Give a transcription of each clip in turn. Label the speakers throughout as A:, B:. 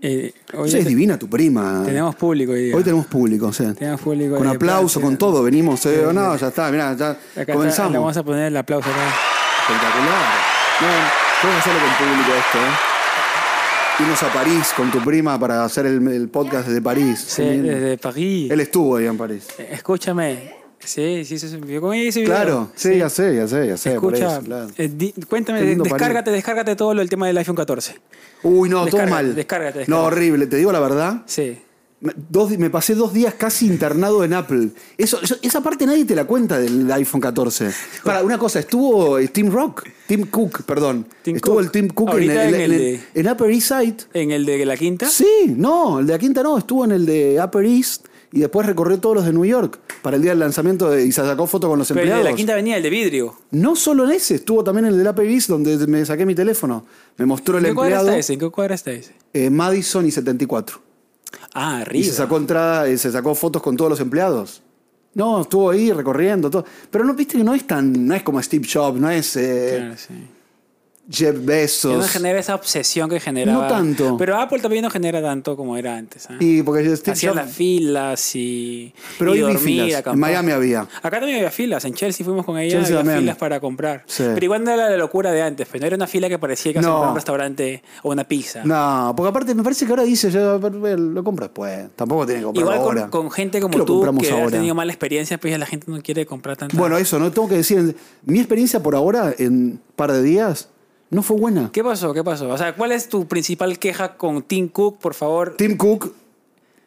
A: Eh, hoy
B: Sí, es divina tu prima.
A: tenemos público hoy día.
B: Hoy tenemos público, o sea.
A: Tenemos público
B: Con
A: de Plaza.
B: aplauso, con todo, venimos. eh, no, ya está, mirá, ya
A: Acá está, le
B: comenzamos.
A: vamos a poner el aplauso acá.
B: Espectacular. Bien, podemos hacerlo con público esto, ¿eh? Irnos a París con tu prima para hacer el, el podcast desde París.
A: Sí,
B: Bien.
A: Eh, desde París.
B: Él estuvo ahí en París.
A: Eh, Escúchame. Sí, sí, eso es un video. ¿Cómo hice video?
B: Claro, sí, ya sé, ya sé, ya sé. por
A: Escucha,
B: eso, claro.
A: eh, di- cuéntame,
B: Qué lindo
A: descárgate, descárgate todo lo, el tema del iPhone 14.
B: Uy, no, todo
A: descárgate,
B: mal.
A: descárgate, descárgate.
B: No, horrible, te digo la verdad.
A: Sí.
B: Me, dos di- me pasé dos días casi internado en Apple. Eso, eso- esa parte nadie te la cuenta del iPhone 14. Para, una cosa, estuvo eh, Tim Rock, Tim Cook, perdón.
A: Tim
B: estuvo
A: Cook.
B: el Tim Cook en,
A: Ahorita en
B: el- en-
A: el de- ¿Ah?
B: en Upper East Side.
A: ¿En el de la quinta?
B: Sí, no, el de la quinta no, estuvo en el de Upper East y después recorrió todos los de New York para el día del lanzamiento de- y se sacó foto con los
A: Pero el
B: empleados.
A: de la quinta venía el de vidrio.
B: No solo en ese, estuvo también en el del Upper East donde me saqué mi teléfono. Me mostró el
A: ¿En qué cuadra
B: empleado
A: está ese? ¿En qué cuadra está ese?
B: eh, Madison y 74.
A: Ah,
B: Y
A: arriba.
B: se sacó entrada, eh, se sacó fotos con todos los empleados. No, estuvo ahí recorriendo todo. Pero no viste que no es tan, no es como Steve Jobs, no es eh,
A: Claro, sí.
B: Jeff
A: Que no
B: Bezos.
A: genera esa obsesión que generaba.
B: No tanto.
A: Pero Apple también no genera tanto como era antes. ¿ah?
B: Y porque Steve
A: Hacía
B: Jobs.
A: las filas y. y
B: Pero hoy vi
A: dormir,
B: filas. En
A: acampar.
B: Miami había.
A: Acá también había filas. En Chelsea fuimos con ella.
B: Chelsea
A: había
B: también.
A: filas para comprar.
B: Sí.
A: Pero igual no era la locura de antes. Pero no era una fila que parecía que ibas a
B: No.
A: comprar un restaurante o una pizza.
B: No, porque aparte me parece que ahora dice, yo lo compro después. Tampoco tiene que comprarlo
A: Igual
B: ahora.
A: con, con gente
B: ¿Qué
A: como
B: lo
A: tú
B: compramos
A: que ha
B: ahora?
A: tenido mala experiencia, pues ya la gente no quiere comprar tanto.
B: Bueno, eso, no tengo que decir. Mi experiencia por ahora, en un par de días, no fue buena.
A: ¿Qué pasó? ¿Qué pasó? O sea, ¿cuál es tu principal queja con Tim Cook, por favor?
B: Tim Cook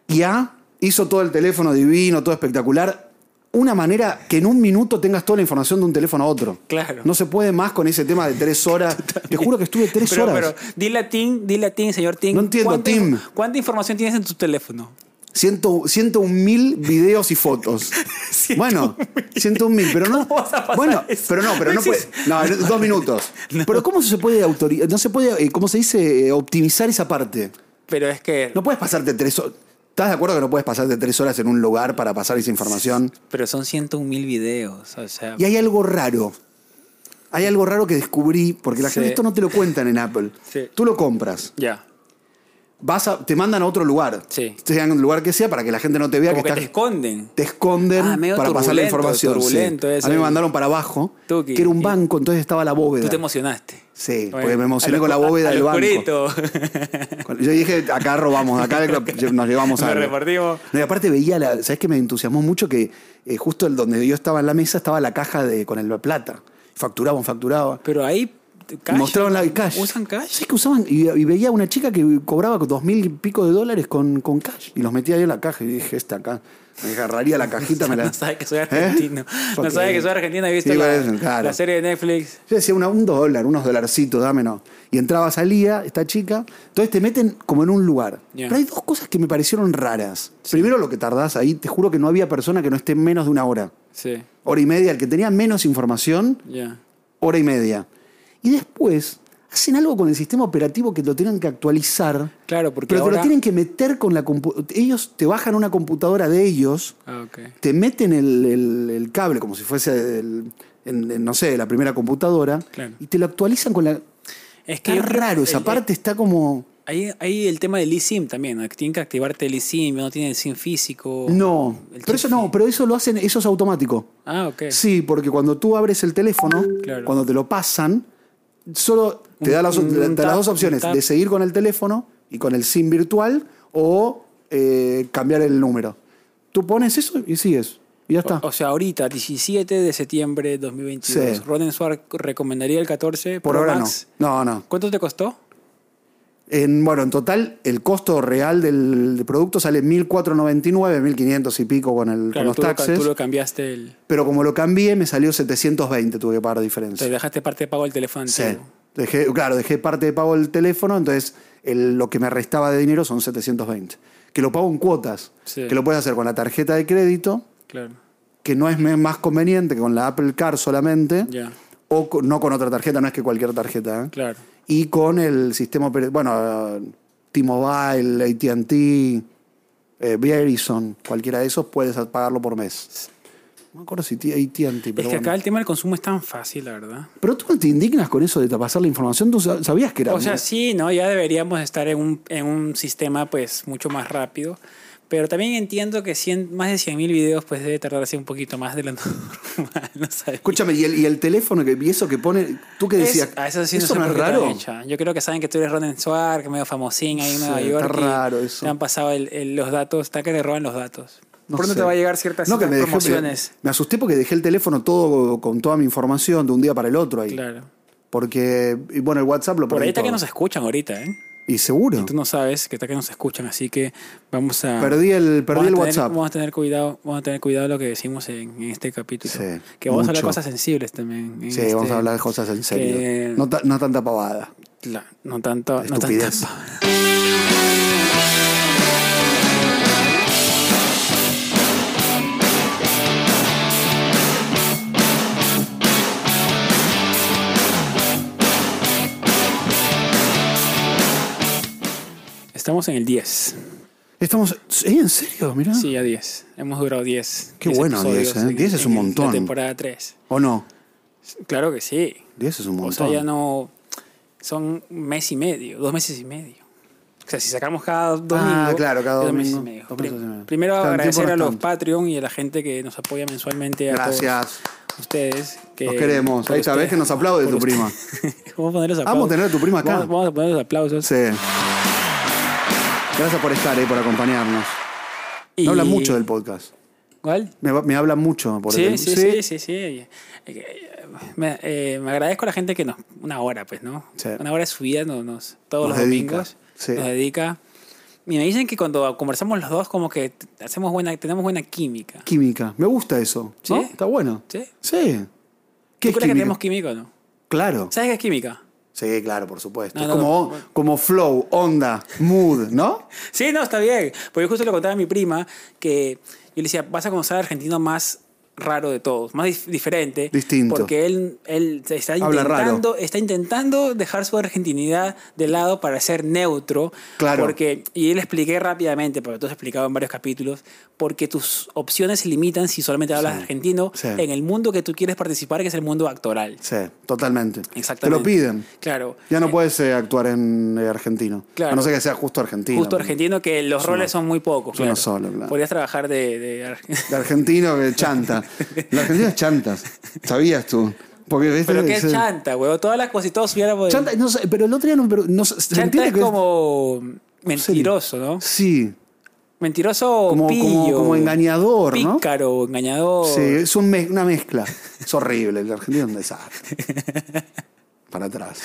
B: ya hizo todo el teléfono divino, todo espectacular. Una manera que en un minuto tengas toda la información de un teléfono a otro.
A: Claro.
B: No se puede más con ese tema de tres horas. Te juro que estuve tres
A: pero,
B: horas.
A: pero dile a Tim, dile a Tim, señor Tim.
B: No entiendo,
A: ¿cuánta
B: Tim.
A: info- ¿Cuánta información tienes en tu teléfono?
B: Ciento- 101 mil videos y fotos. bueno, 101 mil, pero no.
A: ¿Cómo vas a pasar
B: bueno,
A: eso?
B: pero no, pero
A: No
B: no puede.
A: existe.
B: No, no, dos minutos. Pero ¿cómo se puede autorizar? No se puede, eh, ¿cómo se dice? Eh, Optimizar esa parte.
A: Pero es que.
B: No puedes pasarte tres horas. ¿Estás de acuerdo que no puedes pasarte tres horas en un lugar para pasar esa información?
A: Pero son 101 mil videos. O sea,
B: Y hay algo raro. Hay algo raro que descubrí, porque la
A: Sí.
B: gente esto no te lo cuentan en Apple.
A: Sí.
B: Tú lo compras,
A: ya.
B: vas a- te mandan a otro lugar.
A: Sí.
B: Sea en el lugar que sea para que la gente no te vea
A: Como
B: que
A: que te
B: estás,
A: esconden.
B: te esconden
A: Ah, medio
B: para pasar la
A: turbulento,
B: información. sí.
A: turbulento eso.
B: A mí me mandaron para abajo,
A: Tuki.
B: que era un banco, entonces estaba la
A: Tú
B: bóveda.
A: te emocionaste.
B: Sí,
A: Bueno,
B: porque me
A: a
B: emocioné
A: lo-
B: con la bóveda
A: a
B: del
A: lo
B: banco.
A: oscurito.
B: Yo dije, acá robamos, acá nos llevamos
A: Nos
B: algo.
A: repartimos.
B: No, y aparte veía, la, ¿sabes qué me entusiasmó mucho? Que eh, justo el donde yo estaba en la mesa estaba la caja de, con el- la plata. Facturaban, facturaban.
A: Pero ahí. cash.
B: Mostraban la cash.
A: ¿Usan cash?
B: Sí, que usaban. Y, y veía una chica que cobraba dos mil y pico de dólares con, con cash. Y los metía ahí en la caja. Y dije, esta acá. Me agarraría la cajita. me la...
A: No sabe que soy argentino. No
B: ¿Eh? Porque-
A: sabe que soy argentino. He visto
B: Sí,
A: la,
B: parece, claro.
A: la serie de Netflix.
B: Yo decía, una- un dólar, unos dolarcitos, dámelo. Y entraba, salía esta chica. Entonces te meten como en un lugar.
A: Ya.
B: Pero hay dos cosas que me parecieron raras. Primero, lo que tardás ahí. Te juro que no había persona que no esté menos de una hora.
A: Sí,
B: Hora y media. El que tenía menos información,
A: ya.
B: hora y media. Y después, hacen algo con el sistema operativo que lo tienen que actualizar.
A: Claro, porque
B: pero te
A: ahora-
B: lo tienen que meter con la computadora. Ellos te bajan una computadora de ellos
A: Ah, ok.
B: te meten el, el- el cable como si fuese, el- en- en, no sé, la primera computadora
A: Claro.
B: y te lo actualizan con la...
A: Es que
B: Está
A: yo creo-
B: raro, esa
A: el-
B: parte está como...
A: Ahí, ahí el tema del eSIM también, ¿no? que tienen que activarte el eSIM, no tienen el SIM físico.
B: No,
A: el chip
B: pero eso no, pero eso lo hacen, eso es automático.
A: Ah, ok.
B: Sí, porque cuando tú abres el teléfono,
A: Claro.
B: cuando te lo pasan, solo te
A: Un-
B: da las,
A: un-
B: te da
A: un
B: las
A: tap,
B: dos
A: un
B: opciones,
A: tap.
B: de seguir con el teléfono y con el SIM virtual o eh, cambiar el número. Tú pones eso y sigues, y ya está.
A: O, o sea, ahorita, 17 de septiembre de 2022,
B: Sí.
A: Ronen Suar recomendaría el 14.
B: Por
A: Pro
B: ahora
A: Max.
B: no. No, no.
A: ¿Cuánto te costó?
B: En, bueno, en total, el costo real del, del producto sale 1.499, 1.500 y pico con, el, con los
A: tú, lo ca-
B: taxes.
A: tú lo cambiaste, el,
B: Pero como lo cambié, me salió 720, tuve que pagar diferencia.
A: te dejaste parte de pago del teléfono
B: Sí.
A: antiguo.
B: Dejé, claro, dejé parte de pago del teléfono, entonces el- lo que me restaba de dinero son 720. Que lo pago en cuotas,
A: Sí.
B: que lo puedes hacer con la tarjeta de crédito,
A: Claro.
B: que no es me- más conveniente que con la Apple Car solamente,
A: Ya,
B: o con- no con otra tarjeta, no es que cualquier tarjeta. ¿eh?
A: claro.
B: y con el sistema, oper- bueno, T-Mobile, ATT, eh, Verizon, cualquiera de esos puedes pagarlo por mes. No me acuerdo si AT&T, pero
A: es que
B: bueno.
A: acá el tema del consumo es tan fácil, la verdad.
B: Pero tú no te indignas con eso de pasar la información, tú sab- sabías que era...
A: O sea, sí, ¿no? Ya deberíamos estar en un, en un sistema pues mucho más rápido. Pero también entiendo que 100, más de 100.000 videos pues debe tardarse un poquito más de lo normal, ¿no sabes?
B: Escúchame, ¿y el, y el teléfono que, y eso que pone, tú que
A: Es-
B: decías,
A: ah, eso sí no
B: eso
A: sé
B: no,
A: por
B: es
A: qué te lo
B: raro.
A: han hecho. Yo creo que saben que tú eres Ronen Suar, que medio famosín ahí en
B: Sí,
A: Nueva
B: está
A: York. y
B: raro eso.
A: Te han pasado el- el- los datos, está que te roban los datos.
B: No
A: Pronto
B: sé.
A: te va a llegar ciertas
B: No, que me dejé-
A: promociones.
B: me asusté porque dejé el teléfono todo con toda mi información de un día para el otro ahí.
A: Claro.
B: Porque, y bueno, el WhatsApp lo
A: Por ahí
B: perdí
A: está que
B: todo.
A: nos escuchan ahorita, ¿eh?
B: Y seguro.
A: Tú no sabes que está que nos escuchan, así que vamos a...
B: Perdí el,
A: vamos
B: perdí el
A: a tener-
B: WhatsApp.
A: Vamos a tener cuidado, vamos a tener cuidado lo que decimos en, en este capítulo.
B: Sí,
A: que vamos a hablar de
B: mucho.
A: cosas sensibles también. en
B: Sí,
A: este-
B: vamos a hablar de cosas en serio.
A: que-
B: No, ta- no tanta pavada.
A: la- no tanto, no tanto.
B: Estupidez.
A: Estamos en el 10.
B: Estamos. ¿eh? ¿En serio? Mirá.
A: Sí, a 10. Hemos durado 10.
B: Qué
A: 10
B: bueno, 10,
A: episodios
B: ¿eh?
A: en-
B: 10 es un
A: en
B: montón.
A: La temporada 3.
B: ¿O no?
A: Claro que sí.
B: 10 es un montón.
A: O sea, ya no. Son un mes y medio, dos meses y medio. O sea, si sacamos cada domingo.
B: Ah, claro, cada
A: es dos meses y
B: domingo,
A: medio.
B: dos meses y medio.
A: Pri- Primero
B: O sea, el
A: agradecer
B: tiempo no
A: a
B: es
A: los
B: tanto.
A: Patreon y a la gente que nos apoya mensualmente. A
B: Gracias.
A: todos ustedes. Que
B: Los queremos. Ahí está, ves que nos aplaude tu prima.
A: vamos a poner los aplausos.
B: Vamos a tener a tu prima acá.
A: Vamos, vamos a poner los aplausos.
B: Sí. Gracias por estar, eh, por acompañarnos.
A: Y-
B: Me habla mucho del podcast.
A: ¿Cuál?
B: Me, va- me habla mucho por
A: Sí,
B: el
A: sí, sí, sí, sí. Eh, Me, eh, me agradezco a la gente que nos... Una hora, pues, ¿no?
B: Sí.
A: Una hora de su vida nos, nos- todos
B: Nos
A: los
B: dedica,
A: domingos
B: sí.
A: nos dedica. Y me dicen que cuando conversamos los dos, como que t- hacemos buena, tenemos buena química.
B: Química. Me gusta eso. ¿no?
A: ¿Sí?
B: Está bueno.
A: ¿Sí?
B: Sí.
A: ¿Tú
B: ¿Qué es
A: crees que
B: química?
A: tenemos química o no?
B: Claro.
A: ¿Sabes qué es química?
B: Sí, claro, por supuesto.
A: No,
B: Es
A: no,
B: como, como flow, onda, mood, ¿no?
A: Sí, no, está bien. Porque yo justo le contaba a mi prima que yo le decía, vas a conocer al argentino más raro de todos, más dif- diferente.
B: Distinto.
A: Porque él, él se está,
B: Habla raro.
A: intentando, está intentando dejar su argentinidad de lado para ser neutro.
B: Claro.
A: Porque, y él expliqué rápidamente, porque tú has explicado en varios capítulos, porque tus opciones se limitan si solamente hablas
B: Sí.
A: argentino
B: Sí.
A: en el mundo que tú quieres participar, que es el mundo actoral.
B: Sí, totalmente.
A: Exactamente.
B: Te lo piden.
A: Claro.
B: Ya no puedes eh, actuar en eh, argentino.
A: Claro.
B: A no ser que sea justo argentino.
A: Justo argentino, que los
B: uno-
A: roles son muy pocos.
B: es uno solo, claro.
A: Podrías trabajar de, de ar-
B: De argentino que chanta. Los argentinos chantas. Sabías tú. Porque, ¿viste?
A: Pero qué
B: Sí.
A: es chanta, güey. Todas las cosas, si todos hubiéramos.
B: Chanta, no sé, pero el otro día no, pero no sé, se
A: pues, Chanta
B: entiende
A: es
B: que
A: como mentiroso, ¿no?
B: Sí,
A: Mentiroso o
B: como,
A: pillo.
B: como, como engañador, ¿no?
A: Pícaro, engañador.
B: Sí, es un mez- una mezcla. Es horrible, el argentino es un desastre. Para atrás.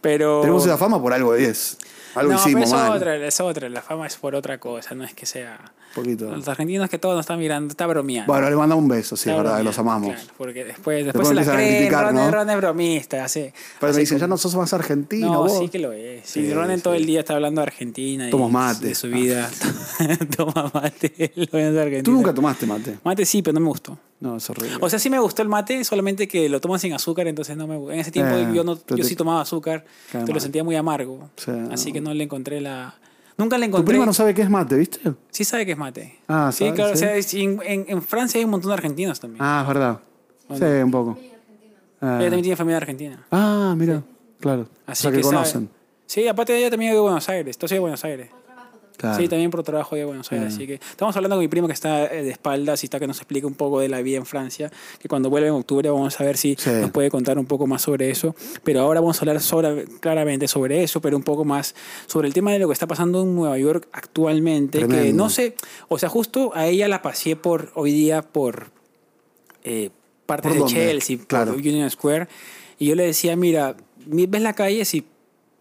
A: Pero.
B: Tenemos esa fama por algo es. Algo
A: no, pero
B: hicimos
A: es
B: mal.
A: otra, es otra. La fama es por otra cosa, no es que sea.
B: Un poquito.
A: Los argentinos que todos nos están mirando, está bromeando.
B: Bueno, le mandamos un beso,
A: Está
B: sí, es verdad,
A: bromeando,
B: los amamos.
A: claro, porque después, después
B: Después
A: se la
B: empiezan a
A: creen,
B: criticar,
A: Ron, es-
B: ¿no?
A: Ron es bromista. Hace,
B: Pero
A: hace
B: me dicen,
A: como-
B: ya no sos más argentino,
A: No,
B: vos.
A: sí que lo es.
B: Sí,
A: Sí, Ronen todo
B: sí.
A: el día está hablando de Argentina. y
B: Tomos mate.
A: De su vida. Toma mate. Lo ven de Argentina.
B: Tú nunca tomaste mate.
A: Mate sí, pero no me gustó.
B: No, es horrible.
A: O sea, sí me gustó el mate, solamente que lo toman sin azúcar, entonces no me gu- En ese tiempo
B: Eh,
A: yo, no,
B: pero
A: yo
B: te-
A: sí tomaba azúcar,
B: Cae
A: entonces lo
B: mal.
A: sentía muy amargo.
B: Sí,
A: así
B: no.
A: que no le encontré la... Nunca le
B: tu
A: encontré...
B: prima no sabe qué es mate, ¿viste?
A: Sí sabe que es mate.
B: Ah,
A: sí,
B: sabe,
A: claro. o
B: sí.
A: sea, sí, en, en- en Francia hay un montón de argentinos también.
B: Ah, es verdad. Sí, un poco. Ah,
A: Ella también tiene familia argentina.
B: Ah, mira, claro.
A: Así
B: o sea, que,
A: sabe.
B: conocen.
A: Sí, aparte de ella también es de Buenos Aires. Entonces soy de Buenos Aires.
B: Claro. Mm.
A: Sí, también por trabajo de Buenos Aires. Así que estamos hablando con mi primo que está eh, de espaldas y está que nos explica un poco de la vida en Francia. Que cuando vuelve en octubre vamos a ver si
B: Sí.
A: nos puede contar un poco más sobre eso. Pero ahora vamos a hablar sobre, claramente sobre eso, pero un poco más sobre el tema de lo que está pasando en Nueva York actualmente. Que
B: Tremendo.
A: no sé, o sea, justo a ella la pasé por hoy día por eh, partes
B: ¿Por
A: de
B: dónde?
A: Chelsea, por
B: Claro.
A: Union Square. Y yo le decía, mira, mi- ves la calle si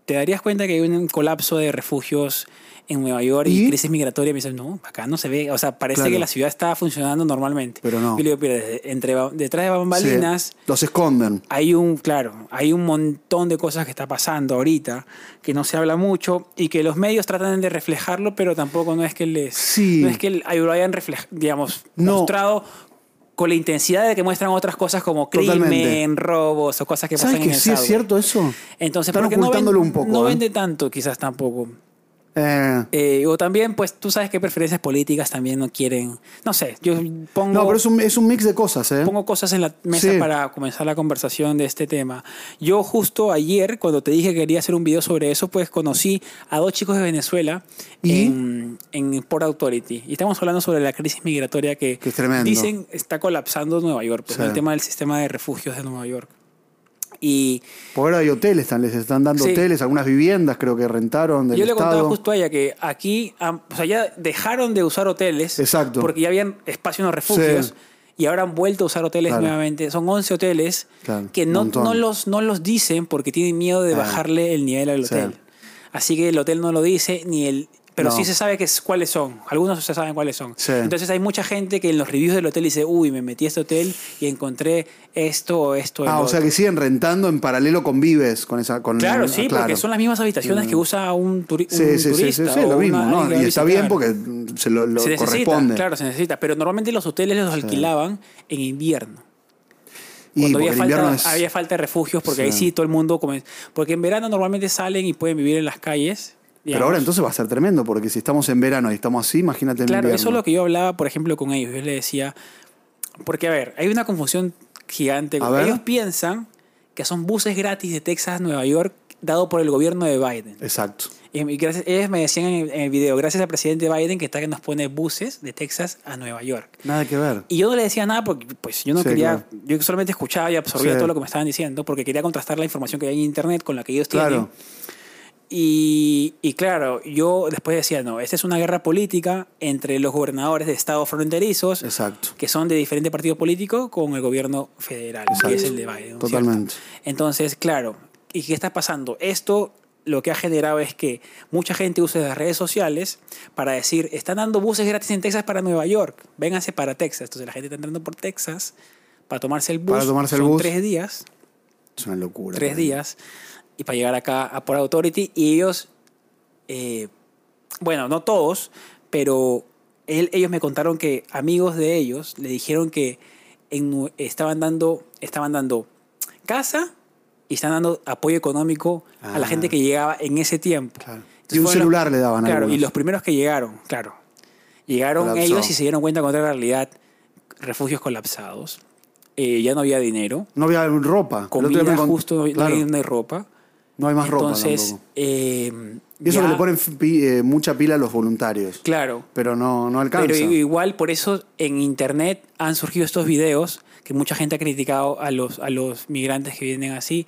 A: te darías cuenta que hay un colapso de refugios en Nueva York y,
B: ¿Y?
A: crisis migratoria. Y me dicen, no, acá no se ve. O sea, parece
B: Claro.
A: que la ciudad está funcionando normalmente.
B: Pero
A: Yo
B: no.
A: le digo, mira, desde- entre, ba- detrás de
B: Sí,
A: bambalinas
B: Los esconden.
A: hay un, claro, hay un montón de cosas que está pasando ahorita, que no se habla mucho y que los medios tratan de reflejarlo, pero tampoco no es que les,
B: Sí.
A: no es que el- lo hayan reflej- digamos,
B: No.
A: mostrado con la intensidad de que muestran otras cosas como crimen,
B: Totalmente.
A: robos o cosas que pasan
B: ¿Sabes
A: en
B: que
A: el
B: sí es
A: subway.
B: cierto eso?
A: Entonces,
B: Están
A: porque no, ven-
B: ocultándolo un poco,
A: no
B: ¿eh?
A: vende tanto, quizás tampoco.
B: Eh,
A: Eh, o también, pues tú sabes que preferencias políticas también no quieren. No sé, yo pongo,
B: no, pero es un, es un mix de cosas, ¿eh?
A: pongo cosas en la mesa
B: Sí.
A: para comenzar la conversación de este tema. Yo justo ayer, cuando te dije que quería hacer un video sobre eso, pues conocí a dos chicos de Venezuela
B: ¿Y?
A: en, en Port Authority. Y estamos hablando sobre la crisis migratoria que,
B: Que es tremendo.
A: dicen está colapsando Nueva York, pues,
B: Sí.
A: el tema del sistema de refugios de Nueva York. Y
B: Por ahora hay hoteles, están, les están dando
A: Sí.
B: hoteles, algunas viviendas creo que rentaron del
A: Yo le contaba
B: Estado.
A: justo a ella que aquí, am- o sea, ya dejaron de usar hoteles.
B: Exacto.
A: Porque ya habían espacio en los refugios.
B: Sí.
A: Y ahora han vuelto a usar hoteles
B: Claro.
A: nuevamente. Son 11 hoteles
B: Claro,
A: que no,
B: montón.
A: no, los, no los dicen porque tienen miedo de
B: Ah.
A: bajarle el nivel al
B: Sí.
A: hotel. Así que el hotel no lo dice, ni el. Pero
B: No.
A: sí se sabe que es, cuáles son. Algunos se saben cuáles son.
B: Sí.
A: Entonces hay mucha gente que en los reviews del hotel dice, uy, me metí a este hotel y encontré esto o esto.
B: ah,
A: el
B: o sea
A: otro".
B: que siguen rentando en paralelo convives con esa. Con
A: Claro,
B: ah,
A: sí,
B: claro. Mm.
A: porque son las mismas habitaciones que usa un, turi-
B: Sí,
A: un
B: sí, sí,
A: turista.
B: sí, sí,
A: o
B: lo mismo,
A: una-
B: ¿no?
A: alguien que va
B: Y
A: a
B: está bien
A: visitar.
B: porque mm, se lo, lo
A: se necesita,
B: corresponde.
A: claro, se necesita. Pero normalmente los hoteles los alquilaban en invierno.
B: y
A: Cuando
B: porque
A: había
B: el invierno
A: falta,
B: es.
A: había falta de refugios, porque ahí
B: Sí.
A: sí todo el mundo. come- Porque en verano normalmente salen y pueden vivir en las calles.
B: Pero
A: digamos.
B: ahora entonces va a ser tremendo, porque si estamos en verano y estamos así, imagínate en
A: Claro,
B: invierno.
A: eso es lo que yo hablaba, por ejemplo, con ellos. Yo les decía. Porque, a ver, hay una confusión gigante.
B: A ver.
A: Ellos piensan que son buses gratis de Texas a Nueva York, dado por el gobierno de Biden.
B: Exacto.
A: Y y gracias, ellos me decían en el, en el video, gracias al presidente Biden que está que nos pone buses de Texas a Nueva York.
B: Nada que ver.
A: Y yo no le decía nada porque pues yo no
B: Sí,
A: quería,
B: claro.
A: yo solamente escuchaba y absorbía
B: Sí.
A: todo lo que me estaban diciendo porque quería contrastar la información que hay en internet con la que ellos tienen.
B: Claro.
A: Y, y claro, yo después decía, no, esta es una guerra política entre los gobernadores de estados fronterizos
B: Exacto.
A: que son de diferente partido político con el gobierno federal, que
B: Exacto.
A: es el de Biden. ¿no es
B: Totalmente.
A: cierto? Entonces, claro, ¿y qué está pasando? Esto lo que ha generado es que mucha gente usa las redes sociales para decir, están dando buses gratis en Texas para Nueva York, vénganse para Texas. Entonces la gente está entrando por Texas para tomarse el bus,
B: Para tomarse el
A: son
B: bus.
A: tres días,
B: Es una locura.
A: tres días, y para llegar acá a Port Authority, y ellos, eh, bueno, no todos, pero él- ellos me contaron que amigos de ellos le dijeron que en Nue- estaban, dando, estaban dando casa y están dando apoyo económico a la
B: Ah.
A: gente que llegaba en ese tiempo.
B: Claro.
A: Entonces
B: Y un
A: fueron
B: celular le daban a
A: Claro, y
B: algunos.
A: los primeros que llegaron, claro. Llegaron
B: Colapsó.
A: ellos y se dieron cuenta con otra realidad, refugios colapsados, eh, ya no había dinero,
B: No había ropa. El otro día me
A: comida
B: encont-
A: justo, no hay-
B: Claro,
A: no hay ropa.
B: no hay más ropa.
A: Entonces,
B: tampoco.
A: eh,
B: Y eso
A: ya,
B: que le ponen pi- eh, mucha pila a los voluntarios.
A: Claro.
B: Pero no, no alcanza.
A: Pero igual por eso en internet han surgido estos videos que mucha gente ha criticado a los, a los migrantes que vienen así,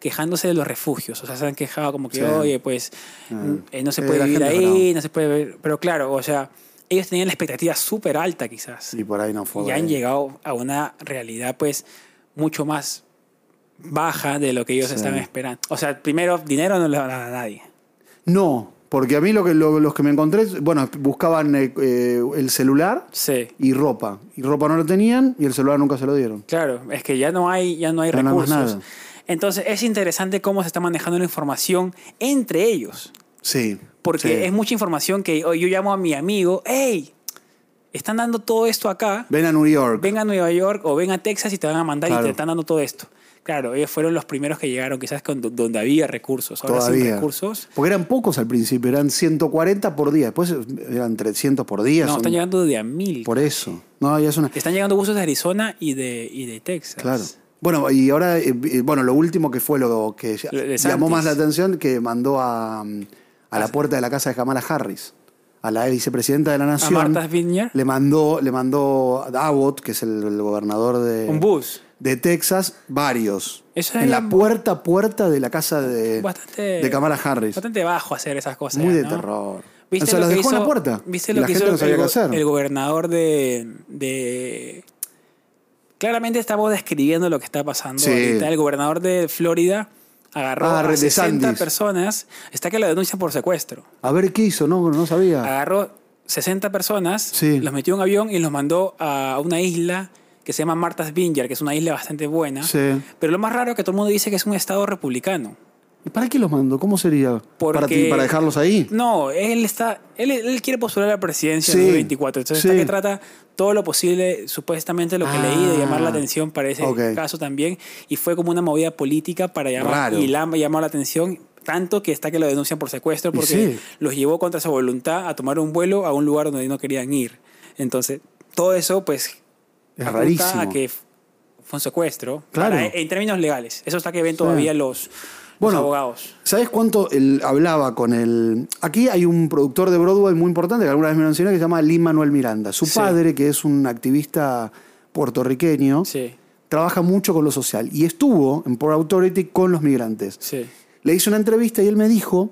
A: quejándose de los refugios. O sea, se han quejado como que,
B: Sí.
A: oye, pues mm, eh, no se
B: Eh,
A: puede
B: la
A: vivir
B: gente es
A: ahí,
B: brava.
A: no se puede ver. Pero claro, o sea, ellos tenían la expectativa súper alta quizás.
B: y por ahí no fue.
A: y han llegado a una realidad pues mucho más baja de lo que ellos
B: Sí.
A: estaban esperando. O sea, primero, dinero no le van a dar a nadie.
B: No, porque a mí lo que, lo- los que me encontré, bueno, buscaban eh, eh, el celular
A: Sí.
B: y ropa. Y ropa no lo tenían y el celular nunca se lo dieron.
A: Claro, es que ya no hay, ya no hay
B: Ya no hay más
A: recursos.
B: nada.
A: Entonces es interesante cómo se está manejando la información entre ellos.
B: Sí.
A: Porque
B: sí.
A: es mucha información que hoy yo llamo a mi amigo, hey, están dando todo esto acá,
B: Ven a New York.
A: ven a Nueva York o ven a Texas y te van a mandar y
B: Claro.
A: te están dando todo esto. Claro, ellos fueron los primeros que llegaron quizás con- donde había recursos. Ahora sin
B: Todavía.
A: recursos.
B: Porque eran pocos al principio, eran 140 por día. Después eran 300 por día.
A: No,
B: son-
A: están llegando de a mil.
B: Por eso. No, ya es una.
A: Están llegando buses de Arizona y de, y de Texas.
B: Claro. Bueno, y ahora, eh, eh, bueno, lo último que fue lo que ya-
A: Lo de
B: llamó
A: Santis. Ah,
B: más la atención, que mandó a, mm, a la puerta de la casa de Kamala Harris, a la vicepresidenta de la
A: A
B: Nación.
A: Martha's Vineyard,
B: Le mandó, le mandó a Abbott, que es el, el gobernador
A: un
B: de,
A: bus.
B: de Texas, varios.
A: Eso
B: en
A: era-
B: la puerta a puerta de la casa de,
A: Bastante-
B: de Kamala Harris.
A: Bastante bajo hacer esas cosas.
B: Muy
A: ya,
B: de
A: ¿no?
B: terror.
A: ¿Viste
B: o sea,
A: lo
B: los
A: que
B: dejó en
A: hizo-
B: la puerta.
A: ¿Viste
B: Y
A: lo
B: la
A: que
B: gente
A: hizo
B: no sabía
A: el,
B: qué
A: go-
B: hacer.
A: el gobernador de, de- Claramente estamos describiendo lo que está pasando
B: Sí.
A: ahorita. El gobernador de Florida agarró
B: Ah,
A: a
B: de
A: 60
B: Sandis.
A: personas. Está que la denuncia por secuestro.
B: A ver qué hizo, no, no sabía.
A: Agarró 60 personas,
B: Ah. Sí.
A: los metió en un avión y los mandó a una isla que se llama Martha's Vineyard, que es una isla bastante buena.
B: Sí.
A: Pero lo más raro es que todo el mundo dice que es un estado republicano.
B: ¿Y para qué los mandó? ¿Cómo sería? ¿Para,
A: Porque-
B: ti- para dejarlos ahí?
A: No, él está, él, él quiere postular a la presidencia en
B: Sí,
A: 2024. Entonces está
B: sí.
A: que trata todo lo posible, supuestamente lo que
B: Ah,
A: leí de llamar la atención para ese
B: ok.
A: caso también. Y fue como una movida política para llamar,
B: Raro.
A: y la- llamar la atención. Tanto que está que lo denuncian por secuestro porque
B: sí.
A: los llevó contra su voluntad a tomar un vuelo a un lugar donde no querían ir. Entonces, todo eso, pues,
B: Es
A: apunta
B: rarísimo.
A: a que f- fue un secuestro.
B: Claro.
A: Para- en términos legales. Eso está que ven todavía los, los
B: Bueno,
A: abogados.
B: ¿Sabes cuánto él hablaba con el... Aquí hay un productor de Broadway muy importante que alguna vez me mencioné que se llama Lin Manuel Miranda. Su
A: Sí.
B: padre, que es un activista puertorriqueño,
A: Sí,
B: trabaja mucho con lo social y estuvo en Port Authority con los migrantes.
A: sí.
B: Le hice una entrevista y él me dijo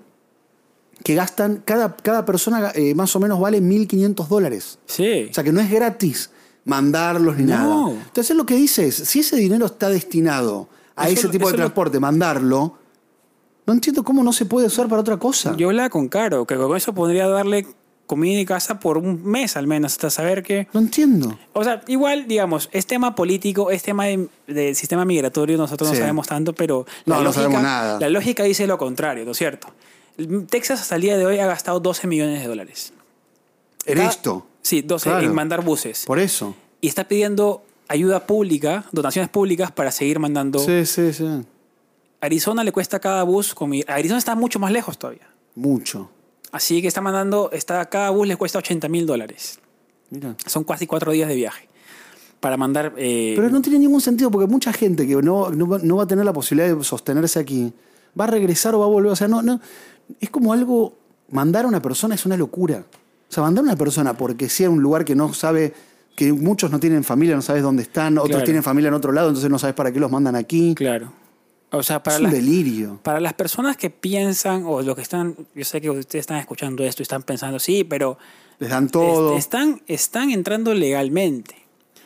B: que gastan, cada, cada persona eh, más o menos vale 1.500 dólares.
A: Sí.
B: O sea que no es gratis mandarlos ni
A: No.
B: nada. Entonces él lo que dice es, si ese dinero está destinado a
A: Eso
B: ese
A: lo-
B: tipo de
A: eso lo-
B: transporte, mandarlo, no entiendo cómo no se puede usar para otra cosa.
A: Yo hablaba con Caro, que con eso podría darle comida y casa por un mes al menos, hasta saber que...
B: No entiendo.
A: O sea, igual, digamos, es tema político, es tema de- del sistema migratorio, nosotros
B: Sí.
A: no sabemos tanto, pero...
B: No, no sabemos nada.
A: La lógica dice lo contrario, ¿no es cierto? Texas hasta el día de hoy ha gastado 12 millones de dólares.
B: En
A: Cada-
B: esto.
A: Sí, 12
B: Claro.
A: en mandar buses.
B: Por eso.
A: Y está pidiendo ayuda pública, donaciones públicas para seguir mandando.
B: Sí, sí, sí.
A: Arizona le cuesta cada bus... con mi- Arizona está mucho más lejos todavía.
B: Mucho.
A: Así que está mandando, está, cada bus le cuesta 80 mil dólares.
B: Mira.
A: Son casi cuatro días de viaje para mandar... eh,
B: Pero no tiene ningún sentido porque mucha gente que no, no, va- no va a tener la posibilidad de sostenerse aquí va a regresar o va a volver. O sea, no, no. Es como algo. Mandar a una persona es una locura. O sea, mandar a una persona porque sea un lugar que no sabe. Que muchos no tienen familia, no sabes dónde están. Otros
A: Claro.
B: tienen familia en otro lado, entonces no sabes para qué los mandan aquí.
A: Claro. O sea, para
B: es un
A: las,
B: delirio.
A: para las personas que piensan o los que están, yo sé que ustedes están escuchando esto y están pensando, sí, pero
B: Les dan todo.
A: est- están, están entrando legalmente.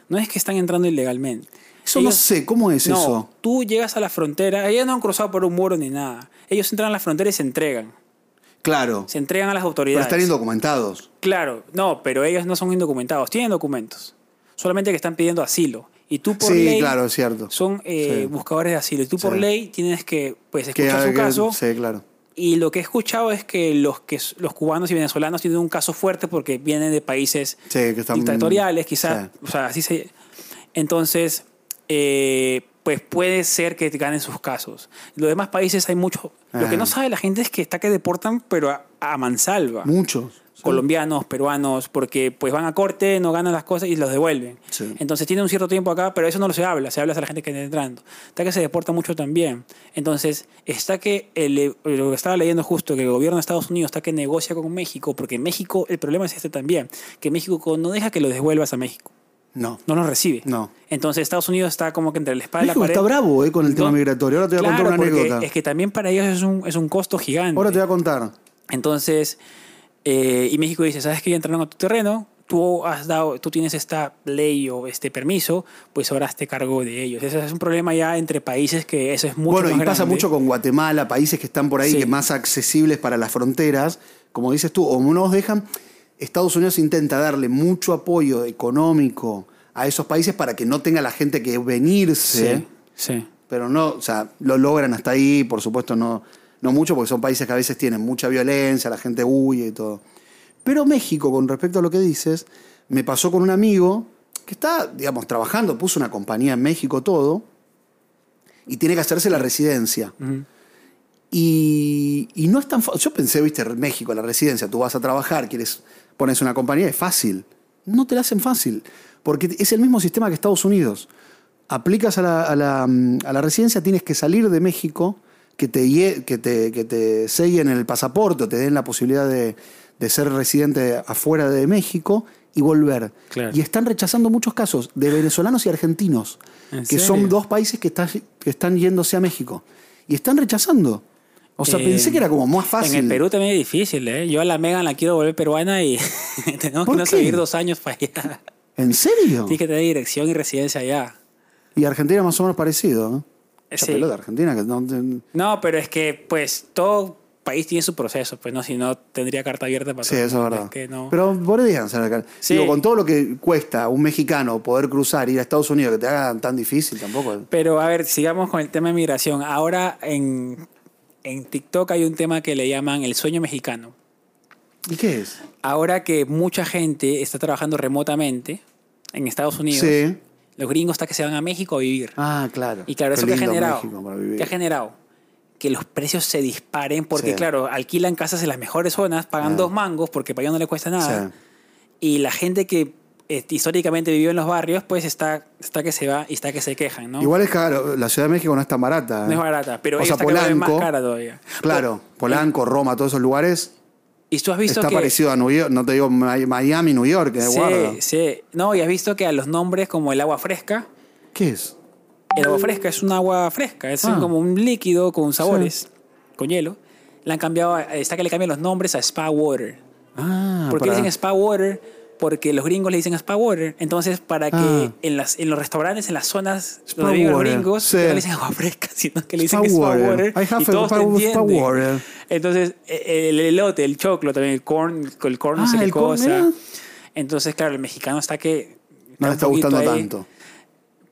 A: No es que están entrando ilegalmente.
B: eso
A: este,
B: no
A: Ellos-
B: sé, ¿cómo es
A: no,
B: eso?
A: tú llegas a la frontera, ellos no han cruzado por un muro ni nada. Ellos entran a la frontera y se entregan.
B: Claro.
A: Se entregan a las
B: Pero
A: autoridades.
B: están indocumentados.
A: Claro, no, pero ellos no son indocumentados, tienen documentos. Solamente que están pidiendo asilo. Y tú por
B: Sí,
A: ley
B: claro, es cierto.
A: son eh,
B: Sí.
A: buscadores de asilo. Y tú por
B: Sí.
A: ley tienes que pues, escuchar su
B: que-
A: caso.
B: Sí, claro.
A: Y lo que he escuchado es que los, que s- los cubanos y venezolanos tienen un caso fuerte porque vienen de países
B: Sí, que están-
A: dictatoriales, quizás.
B: sí.
A: O sea, así se. Entonces, eh, pues puede ser que ganen sus casos. Los demás países hay mucho. Lo
B: Ajá.
A: que no sabe la gente es que está que deportan, pero a, a mansalva
B: Muchos.
A: colombianos, peruanos, porque pues van a corte, no ganan las cosas y los devuelven.
B: Sí.
A: Entonces tiene un cierto tiempo acá, pero eso no lo se habla, se habla a la gente que está entrando. Está que se deporta mucho también. Entonces, está que el- lo que estaba leyendo justo, que el gobierno de Estados Unidos está que negocia con México, porque México, el problema es este también, que México co- no deja que los devuelvas a México,
B: No.
A: no los recibe.
B: No.
A: Entonces Estados Unidos está como que entre la espalda y la
B: México
A: pared.
B: está bravo eh, con el tema
A: No.
B: migratorio. Ahora te voy a
A: Claro,
B: contar una
A: porque
B: anécdota.
A: Es que también para ellos es un, es un costo gigante.
B: Ahora te voy a contar.
A: Entonces, eh, y México dice, ¿sabes que ya entraron a tu terreno? Tú has dado, tú tienes esta ley o este permiso, pues ahora hazte cargo de ellos. Ese es un problema ya entre países que eso es mucho
B: bueno, y
A: más
B: pasa
A: grande.
B: mucho con Guatemala, países que están por ahí,
A: Sí.
B: que más accesibles para las fronteras, como dices tú, o no nos dejan. Estados Unidos intenta darle mucho apoyo económico a esos países para que no tenga la gente que venirse,
A: Sí, sí.
B: pero no, o sea, lo logran hasta ahí, por supuesto, no, no mucho, porque son países que a veces tienen mucha violencia, la gente huye y todo. Pero México, con respecto a lo que dices, me pasó con un amigo que está, digamos, trabajando, puso una compañía en México, todo, y tiene que hacerse la residencia.
A: Ujú.
B: Y, y no es tan fácil. Yo pensé, viste, México, la residencia, tú vas a trabajar, quieres, pones una compañía, es fácil. No te la hacen fácil, porque es el mismo sistema que Estados Unidos. Aplicas a la, a la, mm, a la residencia, tienes que salir de México, que te, hie- que te, que te sellen el pasaporte, o te den la posibilidad de, de ser residente afuera de México y volver.
A: Claro.
B: Y están rechazando muchos casos de venezolanos y argentinos,
A: ¿En
B: que
A: serio?
B: son dos países que, está- que están yéndose a México. Y están rechazando. O sea,
A: Eh,
B: pensé que era como más fácil.
A: En el Perú también es difícil, ¿eh? Yo a la Megan la quiero volver peruana y tenemos que
B: ¿Por
A: no
B: qué?
A: seguir dos años para allá.
B: ¿En serio?
A: Tienes que tener dirección y residencia allá.
B: Y Argentina más o menos parecido. ¿eh?
A: Sí.
B: pelota Argentina. Que no, ten-
A: No, pero es que, pues, todo país tiene su proceso, pues, ¿no? Si no, tendría carta abierta para
B: sí,
A: todo el
B: eso es
A: mundo.
B: verdad.
A: que no.
B: Pero podrían ser acá.
A: Sí.
B: Digo, con todo lo que cuesta a un mexicano poder cruzar, ir a Estados Unidos, que te hagan tan difícil tampoco.
A: Pero a ver, sigamos con el tema de migración. Ahora en, en TikTok hay un tema que le llaman el sueño mexicano.
B: ¿Y qué es?
A: Ahora que mucha gente está trabajando remotamente en Estados Unidos,
B: Sí.
A: los gringos hasta que se van a México a vivir.
B: Ah, claro.
A: y claro,
B: Qué
A: ¿eso que ha
B: lindo
A: generado?
B: México para vivir.
A: ¿Qué ha generado? que los precios se disparen, porque
B: Sí.
A: claro, alquilan casas en las mejores zonas, pagan
B: Ah.
A: dos mangos, porque para ellos no le cuesta nada.
B: Sí.
A: Y la gente que eh, históricamente vivió en los barrios, pues está, está que se va y está que se quejan, ¿no?
B: Igual es caro, la Ciudad de México no es tan barata. ¿eh?
A: no es barata, pero
B: o sea,
A: está cada vez más
B: Polanco,
A: cara todavía.
B: Claro, Polanco, Roma, todos esos lugares.
A: Y tú has visto
B: Está
A: que...
B: parecido a Nueva York, no te digo Mi- Miami, New York, eh, guarda.
A: Sí, sí. No, y has visto que a los nombres como el agua fresca,
B: ¿Qué es?
A: el agua fresca es un agua fresca, es
B: Ah.
A: como un líquido con sabores, con hielo. Le han cambiado, a- está que le cambian los nombres a spa water.
B: Ah,
A: ¿Por qué
B: para-
A: dicen spa water? Porque los gringos le dicen spa water. Entonces, para que
B: Ah.
A: en, las, en los restaurantes, en las zonas
B: Spa
A: donde viven los
B: water,
A: gringos,
B: sí.
A: no le dicen agua fresca, sino que le dicen
B: Spa
A: spa water.
B: water. I
A: y
B: have a
A: todos te
B: spa- spa
A: entienden.
B: water.
A: Entonces, e- el elote, el choclo también, el corn, el corn no
B: Ah,
A: sé qué
B: el corn,
A: cosa.
B: mira.
A: Entonces, claro, el mexicano está que...
B: No le
A: un
B: está
A: poquito
B: gustando
A: ahí,
B: tanto.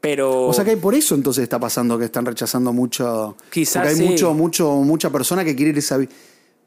A: Pero...
B: O sea que por eso entonces está pasando que están rechazando mucho.
A: Quizás
B: porque hay
A: sí.
B: mucho, mucho, mucha persona que quiere ir esa vi-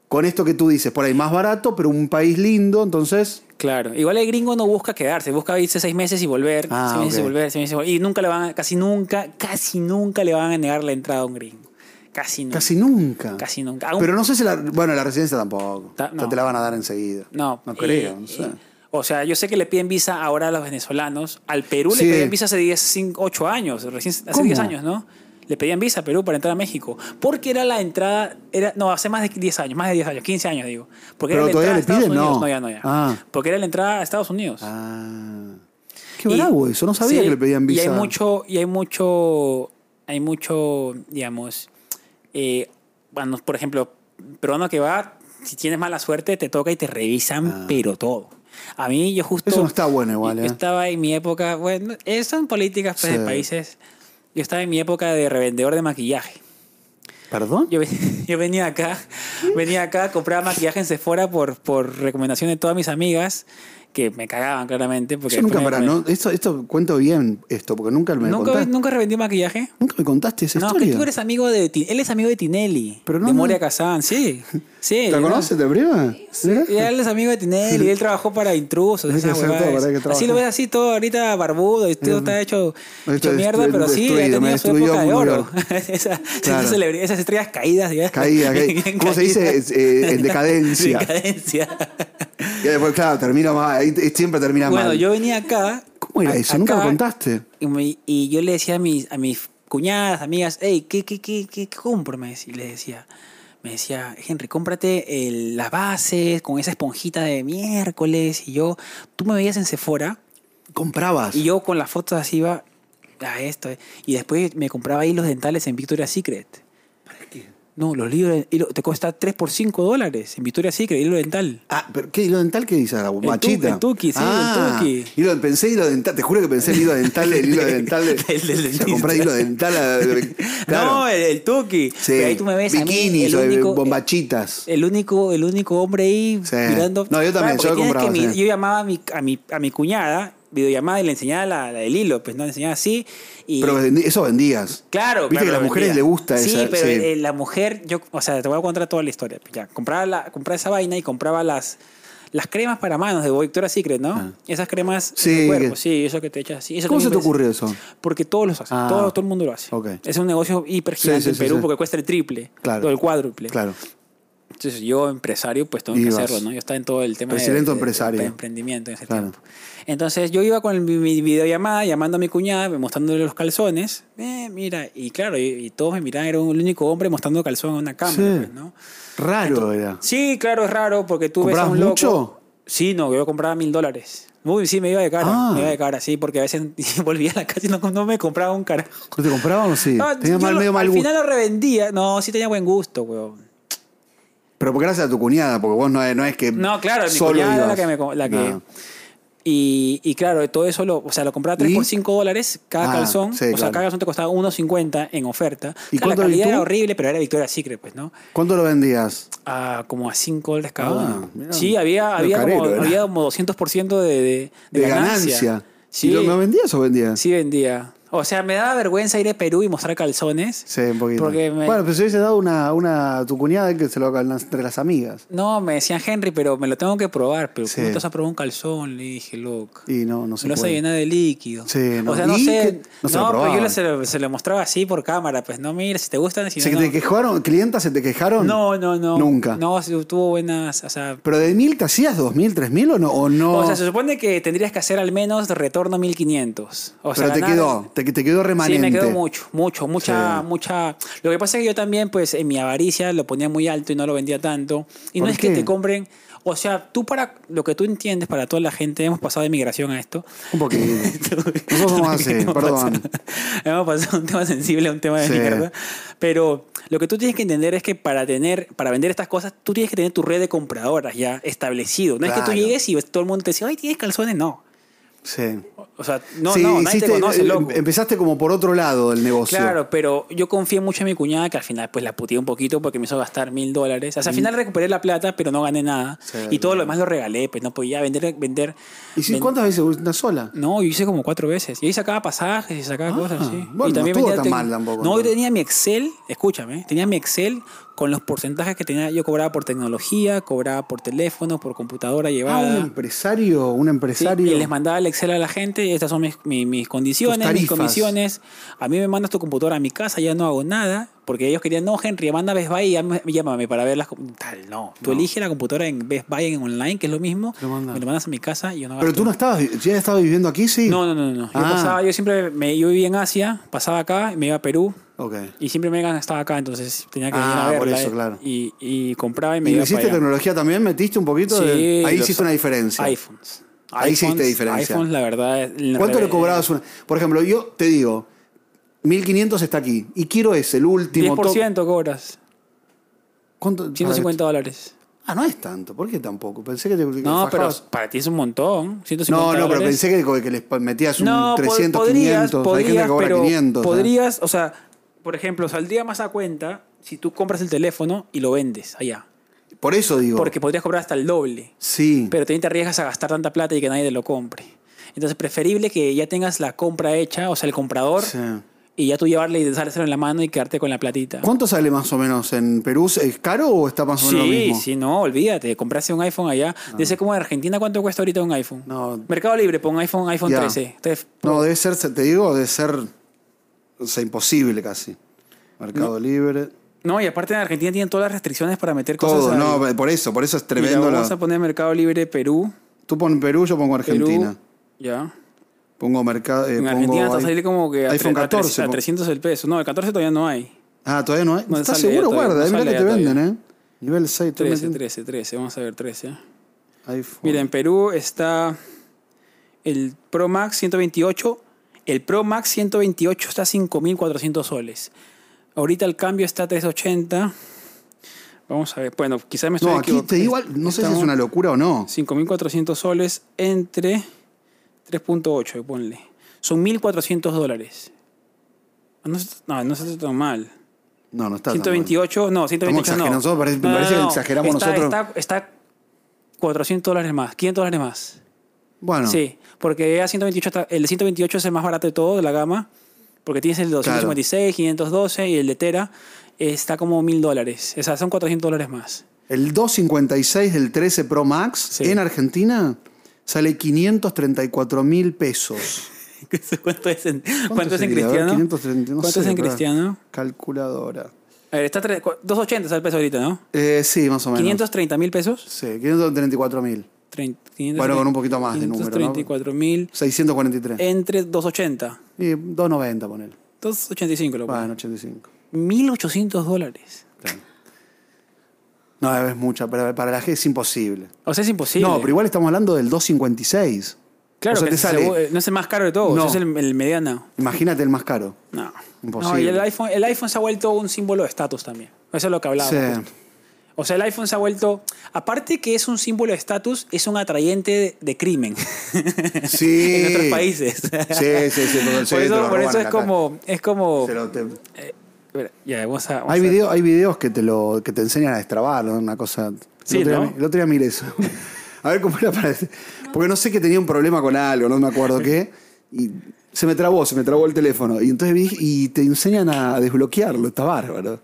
B: Con esto que tú dices, por ahí más barato, pero un país lindo, entonces.
A: Claro, igual el gringo no busca quedarse, busca irse seis meses y volver,
B: Ah,
A: seis meses y
B: ok.
A: volver, seis meses y volver. Y nunca le van, a- casi nunca, casi nunca le van a negar la entrada a un gringo. Casi nunca.
B: Casi nunca.
A: Casi nunca. Aún-
B: Pero no sé si la. Bueno, la residencia tampoco.
A: Ta-
B: O sea,
A: no.
B: te la van a dar enseguida.
A: no,
B: No
A: y-
B: creo, no sé.
A: y- o sea, yo sé que le piden visa ahora a los venezolanos. Al Perú
B: Sí.
A: le pedían visa hace 10, 5, 8 años, recién, hace
B: ¿Cómo?
A: 10 años, ¿no? Le pedían visa a Perú para entrar a México. Porque era la entrada, era, no, hace más de 10 años, más de 10 años, 15 años digo. Porque era
B: ¿Pero
A: la
B: todavía
A: entrada a
B: le
A: Estados
B: piden?
A: Unidos.
B: No.
A: ya, no, ya.
B: Ah.
A: Porque era la entrada a Estados Unidos.
B: Ah. Qué
A: Y-
B: bravo eso, no sabía
A: sí,
B: que le pedían visa.
A: Y hay mucho, y hay mucho, hay mucho, digamos, eh, bueno, por ejemplo, peruano que va, si tienes mala suerte, te toca y te revisan,
B: Ah.
A: pero todo. A mí yo justo...
B: Eso no está bueno igual,
A: Yo
B: ¿eh?
A: estaba en mi época, bueno, eh, son políticas pues,
B: Sí.
A: de países. Yo estaba en mi época de revendedor de maquillaje.
B: ¿Perdón?
A: Yo, ven- yo venía acá, venía acá, compraba maquillaje en Sephora por, por recomendación de todas mis amigas, que me cagaban claramente. Porque
B: Yo nunca,
A: después me-
B: pará, no, esto, esto cuento bien esto, porque nunca me
A: ¿Nunca,
B: contaste.
A: ¿Nunca revendí maquillaje?
B: Nunca me contaste esa
A: No, que
B: historia.
A: tú eres amigo de... Ti- Él es amigo de Tinelli.
B: Pero no,
A: de
B: no.
A: Moria Kazan, sí. sí
B: ¿La
A: ¿no?
B: conoces de prima? Mira.
A: Y Él es amigo de Tinelli. Él trabajó para intrusos.
B: Hay que
A: esas
B: hacer todo
A: huevadas.
B: para que trabaje.
A: así lo ves así todo ahorita barbudo. Y todo está hecho,
B: Ahí está
A: hecho mierda,
B: destru-
A: pero sí,
B: destruido,
A: ha tenido
B: me
A: su
B: destruyó
A: época de
B: New
A: oro.
B: York.
A: Esa-
B: Claro.
A: esas, celebri- esas estrellas caídas. ¿ya?
B: Caída, caída.
A: Bien
B: ¿Cómo se dice?
A: caídas.
B: Es, eh, en decadencia.
A: Decadencia.
B: Y después, claro, termina mal. ahí te- siempre termina
A: Bueno,
B: mal.
A: yo venía acá...
B: ¿Cómo era
A: a-
B: eso? Nunca
A: acá-
B: lo contaste.
A: Y, me- y yo le decía a mis, a mis cuñadas, amigas, hey, ¿qué, qué, qué, qué, qué compro? Me decía, y le decía, me decía, Henry, cómprate el- las bases con esa esponjita de miércoles. Y yo, tú me veías en Sephora
B: Comprabas.
A: y yo con las fotos así iba a esto. eh". Y después me compraba hilos dentales en Victoria's Secret. ¿Para qué? No, los libros te cuesta 3 por 5 dólares en Victoria's Secret, hilo dental.
B: Ah, pero ¿qué hilo dental que dices? La machita.
A: el tuki, sí, el
B: ah,
A: tuki.
B: Hilo, pensé hilo dental, te juro que pensé el hilo dental, el hilo dental. de-
A: Del- del
B: o sea,
A: dentista.
B: comprar hilo dental. a- Claro.
A: No, el, el tuki.
B: Sí.
A: Pero ahí tú me ves a mí,
B: Bikinis,
A: el
B: o de
A: único- eh,
B: bombachitas.
A: El único, el único hombre ahí
B: Sí.
A: mirando.
B: No, yo
A: Claro, porque
B: también, yo
A: tienes
B: compraba,
A: que mi-
B: sí.
A: Yo llamaba a mi, a, mi, a mi cuñada, videollamada, y le enseñaba la, la- el hilo, pues no le enseñaba así. Y,
B: Pero vendi- eso vendías.
A: claro,
B: Viste
A: claro,
B: que a
A: lo
B: las mujeres
A: vendía.
B: les gusta
A: Sí,
B: esa-
A: pero
B: sí.
A: eh, la mujer, yo, o sea, te voy a contar toda la historia. pues, Ya, compraba, la, compraba esa vaina y compraba las, las cremas para manos de Victoria's Secret, ¿no?
B: Ah.
A: Esas cremas
B: Sí,
A: de cuerpo,
B: que-
A: sí, eso que te echas así. eso
B: ¿Cómo se te
A: también
B: ocurrió eso?
A: ves- Porque todos los hacen,
B: Ah.
A: todo, todo el mundo lo hace.
B: Ok.
A: Es un negocio hiper
B: Sí,
A: gigante
B: sí,
A: en
B: sí,
A: Perú
B: sí.
A: porque cuesta el triple
B: Claro.
A: o el cuádruple.
B: Claro.
A: Entonces yo, empresario, pues tengo que
B: Ibas.
A: hacerlo, ¿no? Yo estaba en todo el tema de-
B: Presidente
A: de,
B: empresario.
A: de emprendimiento en ese
B: Claro.
A: tiempo. Entonces yo iba con mi, mi videollamada, llamando a mi cuñada, mostrándole los calzones. Eh, mira, y claro, y, y todos me miraban, era un- el único hombre mostrando calzón a una cámara,
B: Sí.
A: pues, ¿no?
B: Raro era.
A: Sí, claro, es raro porque tú ves a
B: ¿Comprabas
A: un loco.
B: mucho?
A: Sí, no, yo compraba mil dólares. Uy, sí, me iba de cara,
B: Ah.
A: me iba de cara, sí, porque a veces volvía a la casa y no, no me compraba un carajo.
B: ¿No te compraban o sí?
A: Ah,
B: Tenías
A: yo
B: mal,
A: lo-
B: medio mal
A: al
B: gusto.
A: final lo revendía. No, sí tenía buen gusto, weón.
B: Pero porque gracias a tu cuñada, porque vos no, no es que.
A: No, claro, mi
B: solo
A: cuñada era la
B: ibas.
A: que me co- la que-
B: No.
A: Y, y claro, todo eso lo, o sea, lo compraba 3
B: ¿Y?
A: por 5 dólares cada
B: Ah,
A: calzón.
B: sí,
A: o sea,
B: claro.
A: cada calzón te costaba 1.50 en oferta.
B: ¿Y
A: O sea, la
B: cuánto
A: calidad
B: y tú?
A: era horrible, pero era Victoria's Secret, pues, ¿no?
B: ¿Cuánto lo vendías?
A: A como a 5 dólares cada
B: Ah,
A: uno.
B: mira.
A: Sí, había,
B: Medio
A: había, como,
B: carero, era.
A: había como 200% de, de, de
B: De
A: ganancia.
B: ganancia.
A: Sí,
B: ¿Y lo, lo vendías o vendías?
A: sí vendía. O sea, me daba vergüenza ir a Perú y mostrar calzones.
B: Sí, un poquito.
A: Porque me-
B: Bueno, pero si hubiese dado una, una a tu cuñada que se lo haga entre las amigas.
A: No, me decían Henry, pero me lo tengo que probar. Pero
B: Sí.
A: ¿cómo te vas a probar un calzón? Le dije, loco.
B: Y no, no se
A: me lo vas a
B: puede.
A: llenar de líquido.
B: Sí, no.
A: O sea, no
B: ¿Y
A: sé.
B: qué? No se lo
A: pero yo
B: probaban.
A: le- se lo, se lo mostraba así por cámara. Pues no, mira, si te gustan, si
B: ¿Se
A: no,
B: te
A: no.
B: quejaron? ¿Clientas se te quejaron?
A: No, no, no.
B: Nunca.
A: No, sí, tuvo buenas. O sea,
B: ¿Pero de mil te hacías dos mil, tres mil o no? O no?
A: o sea, se supone que tendrías que hacer al menos de retorno 1500. O sea,
B: pero te
A: ganar-
B: quedó, te, te quedó
A: Sí,
B: remanente.
A: me quedó mucho, mucho, mucha,
B: Sí.
A: mucha. Lo que pasa es que yo también, pues, en mi avaricia lo ponía muy alto y no lo vendía tanto. Y no
B: ¿Por
A: es que
B: qué?
A: te compren. O sea, tú para lo que tú entiendes, para toda la gente, hemos pasado de migración a esto.
B: Un poquito. Nosotros somos así,
A: Hemos
B: perdón.
A: pasado- hemos pasado de un tema sensible a un tema de
B: Sí.
A: mierda. Pero lo que tú tienes que entender es que para tener, para vender estas cosas, tú tienes que tener tu red de compradoras ya establecido. No es que tú
B: Claro.
A: llegues y todo el mundo te dice, ay, tienes calzones, no.
B: Sí.
A: O sea, no,
B: Sí,
A: no, nadie te
B: hiciste-
A: conoce,
B: em-
A: loco.
B: Empezaste como por otro lado el negocio.
A: Claro, pero yo confié mucho en mi cuñada que al final pues la puteé un poquito porque me hizo gastar mil dólares. O sea, al final recuperé la plata, pero no gané nada.
B: Sí,
A: y todo
B: claro.
A: lo demás lo regalé, pues no podía vender, vender.
B: ¿Y si,
A: ven-
B: cuántas veces? ¿Una sola?
A: No, yo hice como cuatro veces. Y ahí sacaba pasajes y sacaba
B: Ah,
A: cosas así.
B: bueno,
A: y
B: no estuvo
A: vendía
B: tan
A: tec-
B: mal
A: No,
B: tampoco,
A: yo
B: entonces.
A: tenía mi Excel, escúchame, ¿eh? tenía mi Excel con los porcentajes que tenía. Yo cobraba por tecnología, cobraba por teléfono, por computadora
B: Ah,
A: llevada.
B: un empresario, un
A: Sí,
B: empresario.
A: y les mandaba el Excel a la gente, estas son mis, mi- mis condiciones, mis
B: tarifas.
A: comisiones. A mí me mandas tu computadora a mi casa, ya no hago nada, porque ellos querían, no, Henry, manda a Best Buy y llámame- llámame para ver las... com- Tal, no. Tú
B: No.
A: eliges la computadora en Best Buy, en online, que es lo mismo,
B: Lo mandas.
A: me lo mandas a mi casa y yo no
B: Pero
A: gasto.
B: tú no estabas, vi- ya estabas viviendo aquí, sí.
A: No, no, no, no. Yo,
B: Ah.
A: pasaba- yo siempre, me, yo vivía en Asia, pasaba acá, y me iba a Perú,
B: Ok.
A: y siempre Megan estaba acá, entonces tenía que
B: Ah,
A: venir a
B: por
A: verla.
B: eso,
A: eh,
B: claro.
A: y, y compraba y me
B: ¿Y
A: iba
B: lo
A: para
B: hiciste
A: allá.
B: tecnología también? ¿Metiste un poquito? de-
A: Sí,
B: Ahí
A: los
B: hiciste una diferencia.
A: iPhones.
B: Ahí hiciste
A: iPhones-
B: diferencia.
A: iPhones, la verdad. el-
B: ¿Cuánto le
A: eh,
B: cobrabas una? Por ejemplo, yo te digo, 1500 está aquí y quiero ese, el último. top-
A: 10% cobras.
B: ¿Cuánto?
A: 150 dólares.
B: Ah, no es tanto. ¿Por qué tampoco? Pensé que te
A: No, pero
B: fajabas-
A: para ti es un montón. 150
B: No, no, pero
A: dólares.
B: pensé que, que les metías un
A: no, po-
B: 300,
A: podrías,
B: 500. Hay gente
A: podrías,
B: que cobra
A: pero
B: 500. ¿eh?
A: podrías, o sea, por ejemplo, saldría más a cuenta si tú compras el teléfono y lo vendes allá.
B: Por eso digo.
A: Porque podrías cobrar hasta el doble.
B: sí.
A: Pero también te arriesgas a gastar tanta plata y que nadie te lo compre. Entonces, preferible que ya tengas la compra hecha, o sea, el comprador,
B: sí.
A: y ya tú llevarle y dejárselo en la mano y quedarte con la platita.
B: ¿Cuánto sale más o menos en Perú? ¿Es caro o está más o menos lo
A: Sí,
B: mismo?
A: sí, no, olvídate. Compraste un iPhone allá. Dice como en Argentina, ¿cuánto cuesta ahorita un iPhone?
B: No.
A: Mercado Libre, pon iPhone, iPhone
B: Ya.
A: 13. Te-
B: No, debe ser, te digo, debe ser o sea, imposible casi. Mercado Libre.
A: No, y aparte en Argentina tienen todas las restricciones para meter cosas.
B: Todo,
A: al-
B: no, eh, por eso, por eso es
A: Mira,
B: tremendo.
A: vamos
B: la-
A: a poner Mercado Libre Perú.
B: Tú pon Perú, yo pongo Argentina.
A: Perú. Ya.
B: Pongo mercado. eh,
A: en
B: pongo
A: Argentina te va a
B: i-
A: salir como que a,
B: iPhone
A: tre- a tre-
B: 14.
A: a
B: pon-
A: 300 el peso. No, el 14 todavía no hay.
B: Ah, todavía no hay.
A: No
B: ¿Estás
A: sale ya
B: seguro?
A: todavía, no
B: Guarda, eh, mirá
A: sale
B: que
A: ya
B: te
A: todavía.
B: venden, ¿eh? Nivel 6.
A: 13, 13, 13. Vamos a ver 13. ¿eh?
B: iPhone.
A: Mira, en Perú está el Pro Max 128. El Pro Max 128 está a 5.400 soles. Ahorita el cambio está a 380. Vamos a ver. Bueno, quizás me estoy
B: no, aquí te
A: equivocando.
B: digo, al- no sé si es
A: Estamos-
B: una locura o no.
A: 5.400 soles entre 3.8, ponle. Son 1.400 dólares. No, es- no, no se hace tan mal.
B: No, no está. tan mal.
A: 128, no,
B: Estamos
A: 128 no.
B: exagerando nosotros, parece- parece que exageramos
A: Está-
B: nosotros.
A: Está, está 400 dólares más, 500 dólares más.
B: Bueno,
A: Sí, porque ya 128 está- el de 128 es el más barato de todo, de la gama, porque tienes el de 256, 512 y el de Tera está como 1000 dólares. O sea, son 400 dólares más.
B: el 256 del 13 Pro Max
A: Sí.
B: en Argentina sale 534 mil pesos.
A: ¿Cuánto es en, cuánto es en
B: sería? A ver,
A: cristiano?
B: 530, no
A: ¿Cuánto
B: sé,
A: es en
B: pará.
A: cristiano?
B: Calculadora.
A: A ver, está tres- cua- 280 es el peso ahorita, ¿no?
B: Eh, sí, más o menos.
A: 530 mil pesos.
B: Sí, 534 mil.
A: Trein-
B: Bueno, con un poquito más de número, ¿no?
A: 534 mil
B: 643.
A: entre 280.
B: Y 290, ponele.
A: 285 lo
B: Bueno,
A: pongo.
B: 85.
A: 1800 dólares.
B: No, es mucha, pero para la G es imposible.
A: O sea, es imposible.
B: No, pero igual estamos hablando del 256.
A: Claro,
B: o sea,
A: que
B: te
A: es-
B: sale.
A: no es el más caro de todos,
B: No.
A: es el, el mediano.
B: Imagínate el más caro.
A: No.
B: Imposible.
A: No, y el iPhone, el iPhone se ha vuelto un símbolo de estatus también. Eso es lo que hablábamos.
B: Sí.
A: justo. O sea, el iPhone se ha vuelto, aparte que es un símbolo de estatus, es un atrayente de, de crimen
B: Sí.
A: en otros países.
B: Sí, sí, sí. Por,
A: por eso, por eso es como, es como, Espera, ya, vamos a. vamos
B: Hay,
A: a-
B: video, hay videos que te, lo, que te enseñan a destrabar, ¿no? una cosa. El
A: Sí,
B: otro día
A: ¿no?
B: mi- El otro día miré eso. a ver cómo era para. Porque no sé que tenía un problema con algo, no me acuerdo qué. Y se me trabó, se me trabó el teléfono. Y entonces vi, y te enseñan a desbloquearlo, está bárbaro.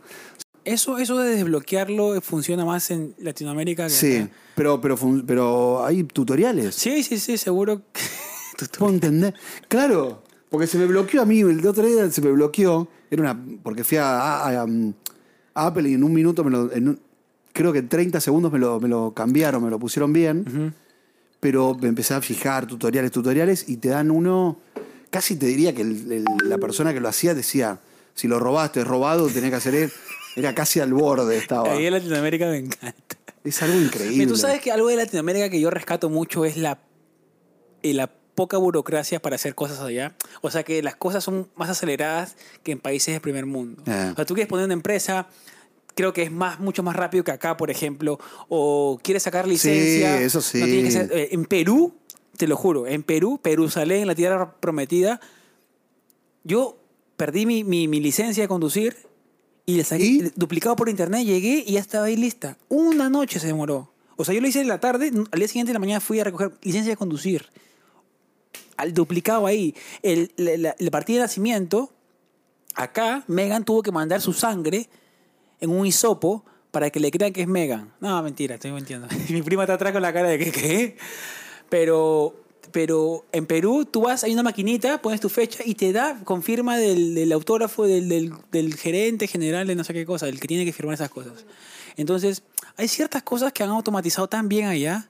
A: Eso, eso de desbloquearlo funciona más en Latinoamérica que
B: Sí,
A: acá.
B: pero, pero, fun- pero hay tutoriales.
A: Sí, sí, sí, seguro. que-
B: ¿Puedo entender? Claro, porque se me bloqueó a mí, el de otro día se me bloqueó. Era una, porque fui a, a- a, um, a Apple y en un minuto, me lo, en un- creo que en 30 segundos me lo, me lo cambiaron, me lo pusieron bien. Pero me empecé a fijar tutoriales, tutoriales, y te dan uno. Casi te diría que el- el- la persona que lo hacía decía: si lo robaste, es robado, tenés que hacer. e-". Era casi al borde, estaba.
A: Ahí en Latinoamérica me encanta.
B: Es algo increíble.
A: Mira, Tú sabes que algo de Latinoamérica que yo rescato mucho es la, eh, la poca burocracia para hacer cosas allá. O sea que las cosas son más aceleradas que en países del primer mundo.
B: Ah.
A: O sea, tú quieres poner una empresa, creo que es más, mucho más rápido que acá, por ejemplo. O quieres sacar licencia.
B: eso sí.
A: no tiene que ser- eh, en Perú, te lo juro, en Perú, Perusalén, la tierra prometida, yo perdí mi, mi- mi licencia de conducir y la saqué-
B: ¿Y?
A: duplicado por internet, llegué y ya estaba ahí lista. Una noche se demoró. O sea, yo lo hice en la tarde, n- al día siguiente de la mañana fui a recoger licencia de conducir. Al duplicado ahí. El, la, la- la partida de nacimiento, acá, Megan tuvo que mandar su sangre en un hisopo para que le crean que es Megan. No, mentira, estoy mintiendo. Mi prima está atrás con la cara de que qué. Pero, pero en Perú tú vas, hay una maquinita, pones tu fecha y te da, confirma del, del autógrafo, del, del- del gerente general de no sé qué cosa, el que tiene que firmar esas cosas. Entonces, hay ciertas cosas que han automatizado tan bien allá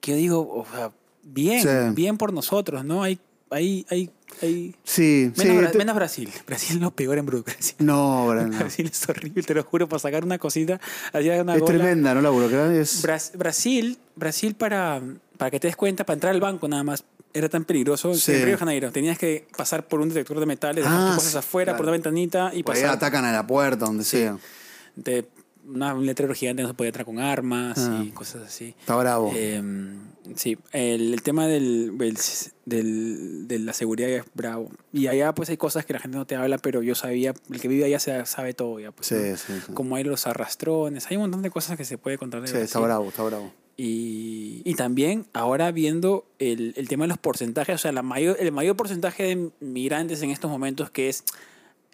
A: que yo digo, o sea, bien,
B: Sí.
A: bien por nosotros, ¿no? Hay, hay, hay, hay...
B: Sí,
A: Menos,
B: sí.
A: Bra-
B: te-
A: menos Brasil. Brasil es lo peor en burocracia.
B: No, ahora no.
A: Brasil es horrible, te lo juro, para sacar una cosita, allá una
B: Es
A: gola.
B: tremenda, ¿no? La burocracia es.
A: Bras- Brasil, Brasil para, para que te des cuenta, para entrar al banco nada más, era tan peligroso.
B: Sí.
A: En Río de Janeiro tenías que pasar por un detector de metales,
B: Ah,
A: dejar tus cosas
B: sí,
A: afuera,
B: claro.
A: por una ventanita y
B: Por ahí
A: pasar.
B: atacan a la puerta, donde sea.
A: Te- una, un letrero gigante no se podía entrar con armas
B: Ah. Oh.
A: y cosas así.
B: Está bravo.
A: Eh, sí, el, el tema del, del- del- de la seguridad es bravo. Y allá pues hay cosas que la gente no te habla, pero yo sabía, el que vive allá se- sabe todo ya. Pues,
B: sí,
A: ¿no?
B: sí, sí.
A: Como hay los arrastrones, hay un montón de cosas que se puede contar de
B: Sí, está
A: Brasil.
B: bravo, está bravo.
A: Y, y también ahora viendo el, el tema de los porcentajes, o sea, la mayor, el mayor porcentaje de migrantes en estos momentos que es,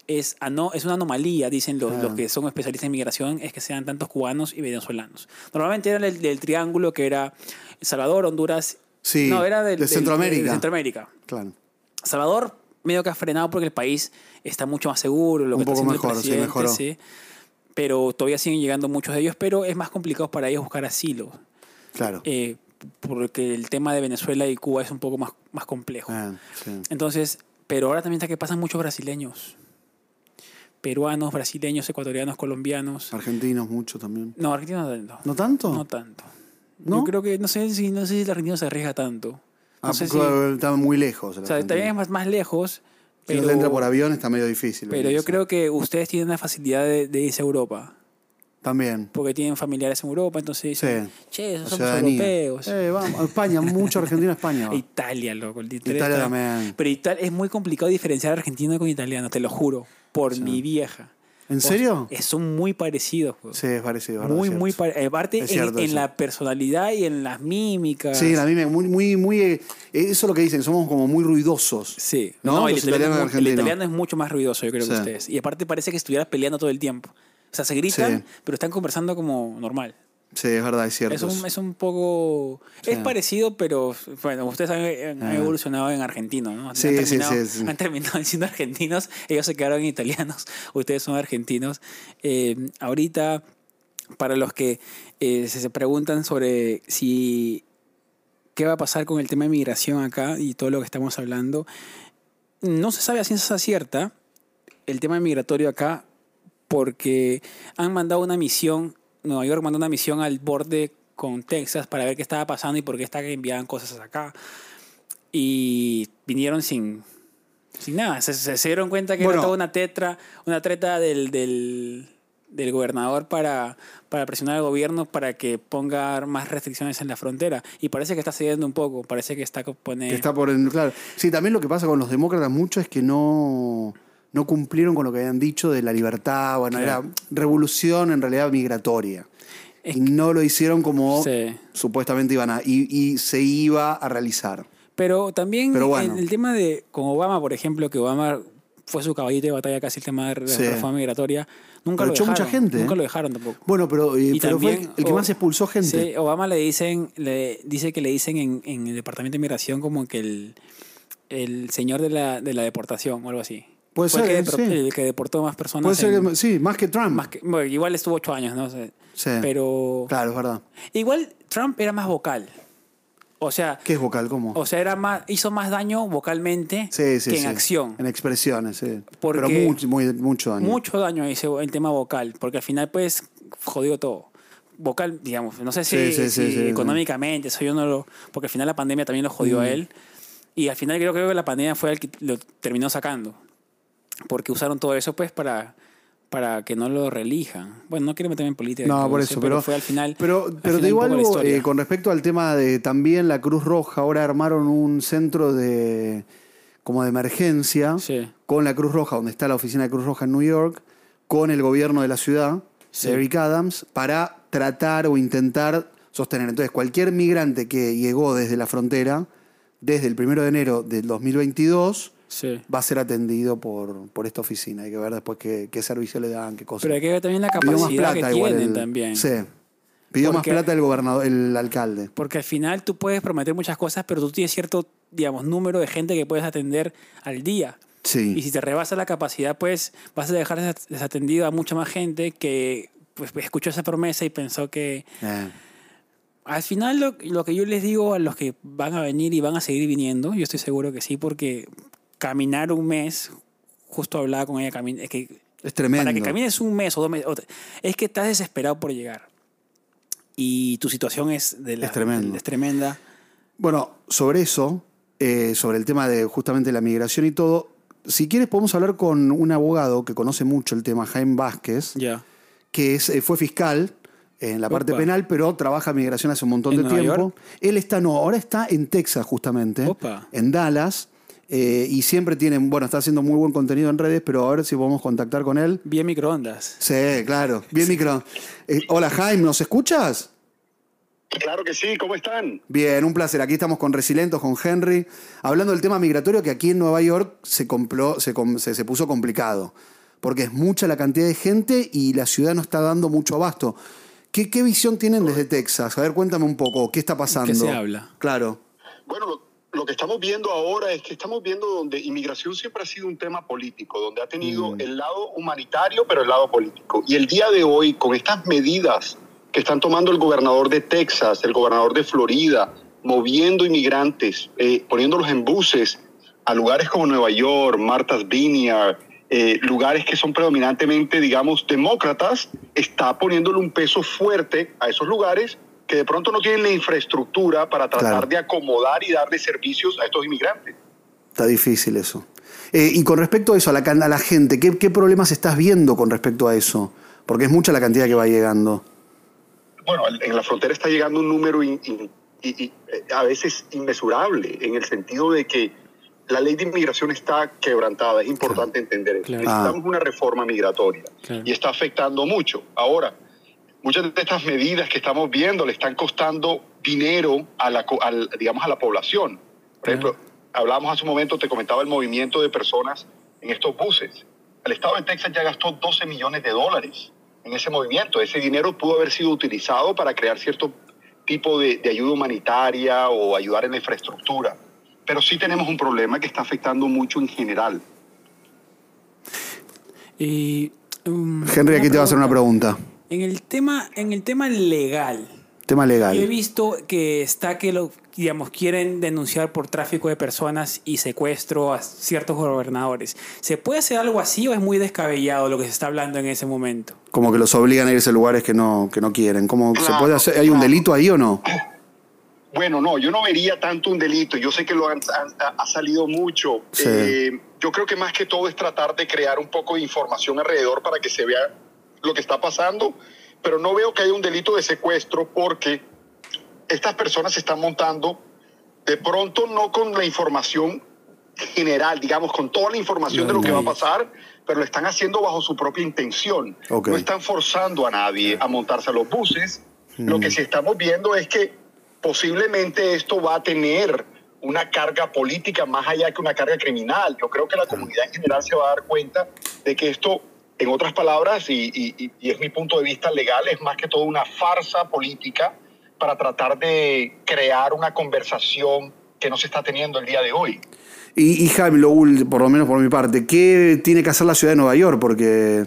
A: es, ano- es una anomalía, dicen los,
B: Ah.
A: los que son especialistas en migración, es que sean tantos cubanos y venezolanos. Normalmente era del, del triángulo que era Salvador, Honduras.
B: Sí,
A: no, era del-
B: de
A: del-
B: Centroamérica.
A: de Centroamérica.
B: Claro.
A: Salvador medio que ha frenado porque el país está mucho más seguro, lo
B: Un
A: que está
B: poco
A: haciendo el
B: mejor, sí,
A: presidente,
B: mejoró.
A: sí. Pero todavía siguen llegando muchos de ellos, pero es más complicado para ellos buscar asilo
B: Claro.
A: eh, porque el tema de Venezuela y Cuba es un poco más, más complejo.
B: Ah, sí.
A: Entonces, pero ahora también está que pasan muchos brasileños. Peruanos, brasileños, ecuatorianos, colombianos.
B: Argentinos mucho también.
A: No, argentinos no tanto.
B: Ah. ¿No tanto?
A: No tanto.
B: ¿No?
A: Yo creo que, no sé si, no sé si el argentino se arriesga tanto. No
B: Ah,
A: sé si,
B: porque
A: o
B: Está muy lejos. el
A: sea,
B: argentino.
A: también es más, más lejos,
B: Si no
A: pero,
B: te entra por avión está medio difícil.
A: pero yo
B: venirse.
A: creo que ustedes tienen la facilidad de, de irse a Europa,
B: También.
A: porque tienen familiares en Europa, entonces dicen,
B: Sí.
A: che, esos
B: La
A: somos
B: ciudadanía.
A: europeos.
B: Eh, vamos. a España, mucho argentino a España. va.
A: A Italia, loco. el Italia
B: Italia
A: está-
B: también.
A: Pero Italia es muy complicado diferenciar argentino con italiano, te lo juro. Por mi vieja.
B: ¿En
A: O sea,
B: serio?
A: eh, son muy parecidos. pues.
B: Sí, es parecido. ¿verdad?
A: muy,
B: Cierto.
A: muy parecidos. Aparte,
B: Es
A: en-
B: cierto
A: en,
B: eso.
A: la personalidad y en las mímicas.
B: Sí, a mí me- muy, muy, muy. eh, Eso es lo que dicen, somos como muy ruidosos.
A: Sí.
B: ¿No? pues
A: el,
B: Los
A: italiano,
B: italianos y
A: es mu- el
B: argentinos.
A: italiano es mucho más ruidoso, yo creo, que
B: Sí.
A: ustedes. Y aparte parece que estuvieras peleando todo el tiempo. O sea, se gritan,
B: Sí.
A: pero están conversando como normal.
B: Sí, es verdad, es cierto.
A: Es un,
B: eso.
A: es un poco... Es parecido, pero bueno, ustedes han, han
B: Ah.
A: evolucionado en argentino, ¿no? Han,
B: Sí, sí,
A: terminado,
B: sí, sí.
A: han terminado siendo argentinos, ellos se quedaron italianos, ustedes son argentinos. Eh, ahorita, para los que eh, se, se preguntan sobre si... ¿Qué va a pasar con el tema de migración acá y todo lo que estamos hablando? No se sabe a ciencia cierta el tema migratorio acá porque han mandado una misión, Nueva York mandó una misión al borde con Texas para ver qué estaba pasando y por qué estaban enviaban cosas acá. Y vinieron sin, sin nada. Se, se- se dieron cuenta que
B: Bueno.
A: era toda una tetra, una treta del, del, del gobernador para, para presionar al gobierno para que ponga más restricciones en la frontera. Y parece que está cediendo un poco, parece que está co- pone...
B: Que está por en- claro. Sí, también lo que pasa con los demócratas mucho es que no, no cumplieron con lo que habían dicho de la libertad, bueno,
A: Claro.
B: era revolución en realidad migratoria.
A: Es
B: y no lo hicieron como
A: Sí.
B: supuestamente iban a, y, y se iba a realizar.
A: Pero también
B: Pero bueno.
A: en el tema de, con Obama, por ejemplo, que Obama fue su caballito de batalla casi el tema de la
B: Sí.
A: reforma migratoria, nunca
B: Pero
A: lo
B: echó
A: dejaron.
B: mucha gente,
A: Nunca
B: ¿eh?
A: lo dejaron tampoco.
B: Bueno, pero, eh,
A: Y
B: pero fue
A: también,
B: el que
A: o-
B: más expulsó gente.
A: Sí, Obama le dicen, le dice que le dicen en, en el Departamento de Inmigración como que el, el señor de la, de la deportación o algo así.
B: Puede
A: Fue el
B: ser,
A: que depor-
B: sí.
A: el que deportó más personas.
B: Puede ser
A: en-
B: que, sí, más que Trump.
A: más que- bueno, igual estuvo ocho años, ¿no? O sea,
B: Sí.
A: Pero
B: Claro, es verdad.
A: igual Trump era más vocal. O sea,
B: ¿Qué es vocal? ¿Cómo?
A: o sea era más, hizo más daño vocalmente
B: sí, sí,
A: que en
B: sí.
A: acción.
B: En expresiones, sí.
A: Porque-
B: pero mucho, muy, mucho daño.
A: Mucho daño hizo el tema vocal, porque al final pues jodió todo. Vocal, digamos, no sé si,
B: Sí, sí, sí,
A: si
B: sí, Mm. sí.
A: económicamente, eso yo no lo... Porque al final la pandemia también lo jodió a él. Y al final creo, creo que la pandemia fue el que lo terminó sacando. Porque usaron todo eso pues para, para que no lo relijan. Bueno, no quiero meterme en política.
B: No,
A: creo,
B: por
A: sé,
B: eso, pero,
A: fue al final...
B: Pero,
A: al
B: pero
A: final
B: te digo
A: un poco la
B: algo
A: historia.
B: eh, con respecto al tema de también la Cruz Roja. Ahora armaron un centro de como de emergencia
A: Sí.
B: con la Cruz Roja, donde está la oficina de Cruz Roja en New York, con el gobierno de la ciudad,
A: Sí.
B: Eric Adams, para tratar o intentar sostener. Entonces, cualquier migrante que llegó desde la frontera, desde el primero de enero del 2022,
A: Sí.
B: va a ser atendido por, por esta oficina. Hay que ver después qué, qué servicio le dan, qué cosas.
A: Pero hay que ver también la
B: Pidió más
A: capacidad que
B: plata igual.
A: tienen
B: el-
A: también.
B: Sí. Pidió
A: Porque-
B: más plata el gobernador, el alcalde.
A: Porque al final tú puedes prometer muchas cosas, pero tú tienes cierto, digamos, número de gente que puedes atender al día. Y
B: Sí.
A: si te rebasa la capacidad, pues vas a dejar des- desatendido a mucha más gente que pues, escuchó esa promesa y pensó que...
B: Eh,
A: Al final lo, lo que yo les digo a los que van a venir y van a seguir viniendo, yo estoy seguro que sí, porque caminar un mes, justo hablaba con ella, cami- es que
B: es tremendo.
A: para que camines un mes o dos meses. o te- Es que estás desesperado por llegar. Y tu situación es, de la-
B: Es tremendo.
A: Es tremenda.
B: Bueno, sobre eso, eh, sobre el tema de justamente la migración y todo, si quieres podemos hablar con un abogado que conoce mucho el tema, Jaime Vázquez,
A: Ya.
B: que es, eh, fue fiscal en la parte
A: Opa.
B: penal, pero trabaja en migración hace un montón
A: ¿En
B: de
A: Nueva
B: tiempo.
A: York?
B: Él está, no, ahora está en Texas justamente,
A: Opa.
B: en Dallas, eh, y siempre tienen, bueno, está haciendo muy buen contenido en redes, pero a ver si podemos contactar con él.
A: Vía microondas.
B: Sí, claro. Bien, micro. Eh, hola, Jaime, ¿nos escuchas?
C: Claro que sí, ¿cómo están?
B: Bien, un placer. Aquí estamos con Resilientos, con Henry, hablando del tema migratorio que aquí en Nueva York se, compló- se, com- se- se puso complicado, porque es mucha la cantidad de gente y la ciudad no está dando mucho abasto. ¿Qué, qué visión tienen desde Texas? A ver, cuéntame un poco, ¿qué está pasando?
A: ¿Qué se habla?
B: Claro,
C: Bueno, lo, lo que estamos viendo ahora es que estamos viendo donde inmigración siempre ha sido un tema político, donde ha tenido el lado humanitario, pero el lado político. Y el día de hoy, con estas medidas que están tomando el gobernador de Texas, el gobernador de Florida, moviendo inmigrantes, eh, poniéndolos en buses a lugares como Nueva York, Martha's Vineyard, eh, lugares que son predominantemente, digamos, demócratas, está poniéndole un peso fuerte a esos lugares que de pronto no tienen la infraestructura para tratar
B: Claro.
C: de acomodar y darle servicios a estos inmigrantes.
B: está difícil eso. Eh, y con respecto a eso, a la, can- a la gente, ¿qué, ¿qué problemas estás viendo con respecto a eso? Porque es mucha la cantidad que va llegando.
C: Bueno, en la frontera está llegando un número in- in- y- y, eh, a veces inmesurable, en el sentido de que la ley de inmigración está quebrantada, es importante entender eso.
A: Claro. Ah.
C: Necesitamos una reforma migratoria
A: Claro.
C: y está afectando mucho. Ahora, muchas de estas medidas que estamos viendo le están costando dinero a la, co- al- digamos, a la población. Por
A: Claro.
C: ejemplo, hablábamos hace un momento, te comentaba el movimiento de personas en estos buses. El estado de Texas ya gastó 12 millones de dólares en ese movimiento. Ese dinero pudo haber sido utilizado para crear cierto tipo de, de ayuda humanitaria o ayudar en la infraestructura. Pero sí tenemos un problema que está afectando mucho en general.
A: Y, um,
B: Henry, aquí te va a hacer una pregunta.
A: En el tema, en el tema legal,
B: Tema legal.
A: yo he visto que está que lo, digamos, quieren denunciar por tráfico de personas y secuestro a ciertos gobernadores. ¿Se puede hacer algo así o es muy descabellado lo que se está hablando en ese momento?
B: Como que los obligan a irse a lugares que no, que no quieren. ¿Cómo se
C: Claro,
B: puede hacer? ¿Hay un
C: claro.
B: delito ahí o no?
C: Bueno, no, yo no vería tanto un delito. Yo sé que lo han, han- ha- ha salido mucho.
B: Sí.
C: Eh, yo creo que más que todo es tratar de crear un poco de información alrededor para que se vea lo que está pasando, pero no veo que haya un delito de secuestro porque estas personas se están montando de pronto no con la información general, digamos, con toda la información de lo que va a pasar, pero lo están haciendo bajo su propia intención.
B: Ok.
C: No están forzando a nadie a montarse a los buses. Lo que sí estamos viendo es que posiblemente esto va a tener una carga política más allá que una carga criminal. Yo creo que la comunidad en general se va a dar cuenta de que esto, en otras palabras, y, y- y es mi punto de vista legal, es más que todo una farsa política para tratar de crear una conversación que no se está teniendo el día de hoy.
B: Y, y Jaime, lo ul- por lo menos por mi parte, ¿qué tiene que hacer la ciudad de Nueva York? Porque,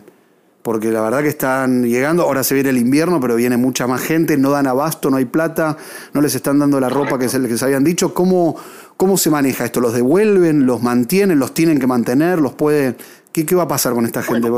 B: porque la verdad que están llegando, ahora se viene el invierno, pero viene mucha más gente, no dan abasto, no hay plata, no les están dando la ropa que se, que se habían dicho. ¿Cómo, ¿Cómo se maneja esto? ¿Los devuelven? ¿Los mantienen? ¿Los tienen que mantener? ¿Los pueden...? ¿Qué, qué va a pasar con esta gente?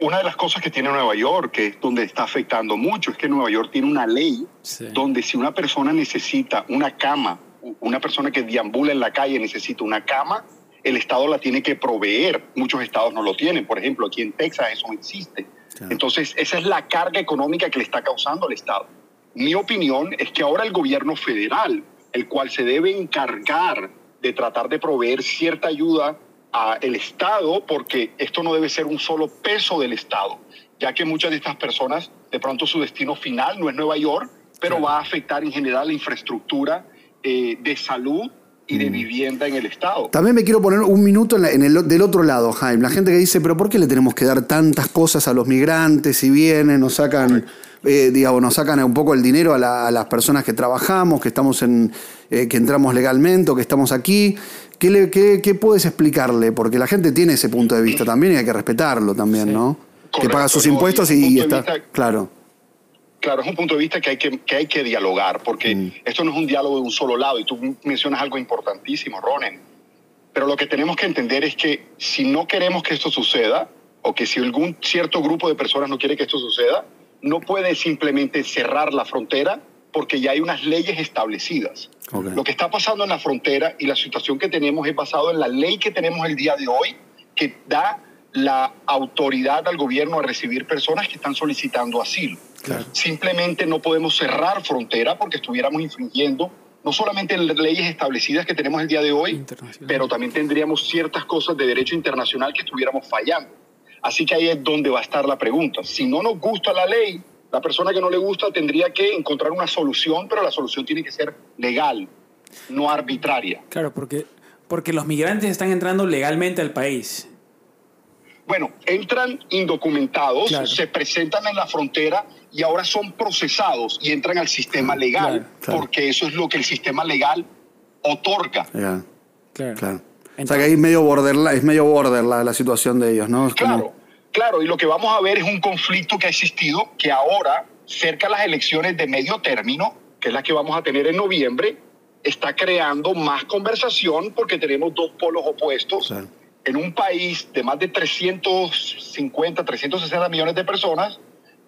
C: Una de las cosas que tiene Nueva York, que es donde está afectando mucho, es que Nueva York tiene una ley
A: Sí.
C: donde si una persona necesita una cama, u- una persona que deambula en la calle necesita una cama, el Estado la tiene que proveer. Muchos estados no lo tienen. Por ejemplo, aquí en Texas eso existe.
B: Claro.
C: Entonces, esa es la carga económica que le está causando al Estado. Mi opinión es que ahora el gobierno federal, el cual se debe encargar de tratar de proveer cierta ayuda al Estado, porque esto no debe ser un solo peso del Estado, ya que muchas de estas personas, de pronto su destino final no es Nueva York, pero va a afectar en general la infraestructura eh, de salud y de vivienda en el Estado.
B: También me quiero poner un minuto en la- en el, del otro lado, Jaime. La gente que dice, pero ¿por qué le tenemos que dar tantas cosas a los migrantes si vienen, nos sacan, eh, digamos, nos sacan un poco el dinero a, la- a las personas que trabajamos, que estamos en, eh, que entramos legalmente o que estamos aquí? ¿Qué, le, qué, qué puedes explicarle? Porque la gente tiene ese punto de vista también y hay que respetarlo también,
A: Sí.
B: ¿no? que
C: Correcto,
B: paga sus
C: no, y
B: impuestos
C: es un
B: y,
C: punto de
B: está...
C: vista-
B: Claro.
C: Claro, es un punto de vista que hay que, que, hay que dialogar, porque esto no es un diálogo de un solo lado, y tú mencionas algo importantísimo, Ronen. Pero lo que tenemos que entender es que si no queremos que esto suceda, o que si algún cierto grupo de personas no quiere que esto suceda, no puede simplemente cerrar la frontera porque ya hay unas leyes establecidas.
B: Ok.
C: Lo que está pasando en la frontera y la situación que tenemos es basado en la ley que tenemos el día de hoy, que da la autoridad al gobierno a recibir personas que están solicitando asilo. Simplemente no podemos cerrar frontera porque estuviéramos infringiendo no solamente las leyes establecidas que tenemos el día de hoy,
A: Internacional.
C: pero también tendríamos ciertas cosas de derecho internacional que estuviéramos fallando. Así que ahí es donde va a estar la pregunta. Si no nos gusta la ley, la persona que no le gusta tendría que encontrar una solución, pero la solución tiene que ser legal, no arbitraria.
A: Claro, porque, porque los migrantes están entrando legalmente al país.
C: Bueno, entran indocumentados,
A: Claro.
C: se presentan en la frontera y ahora son procesados y entran al sistema legal,
A: claro,
B: claro.
C: porque eso es lo que el sistema legal otorga.
B: Ya,
A: Claro.
B: claro. o sea que
A: Entonces-
B: ahí es medio border, es medio border la, la situación de ellos, ¿no? Es como-
C: Claro, claro, y lo que vamos a ver es un conflicto que ha existido, que ahora, cerca de las elecciones de medio término, que es la que vamos a tener en noviembre, está creando más conversación porque tenemos dos polos opuestos
B: Claro.
C: en un país de más de 350, 360 millones de personas,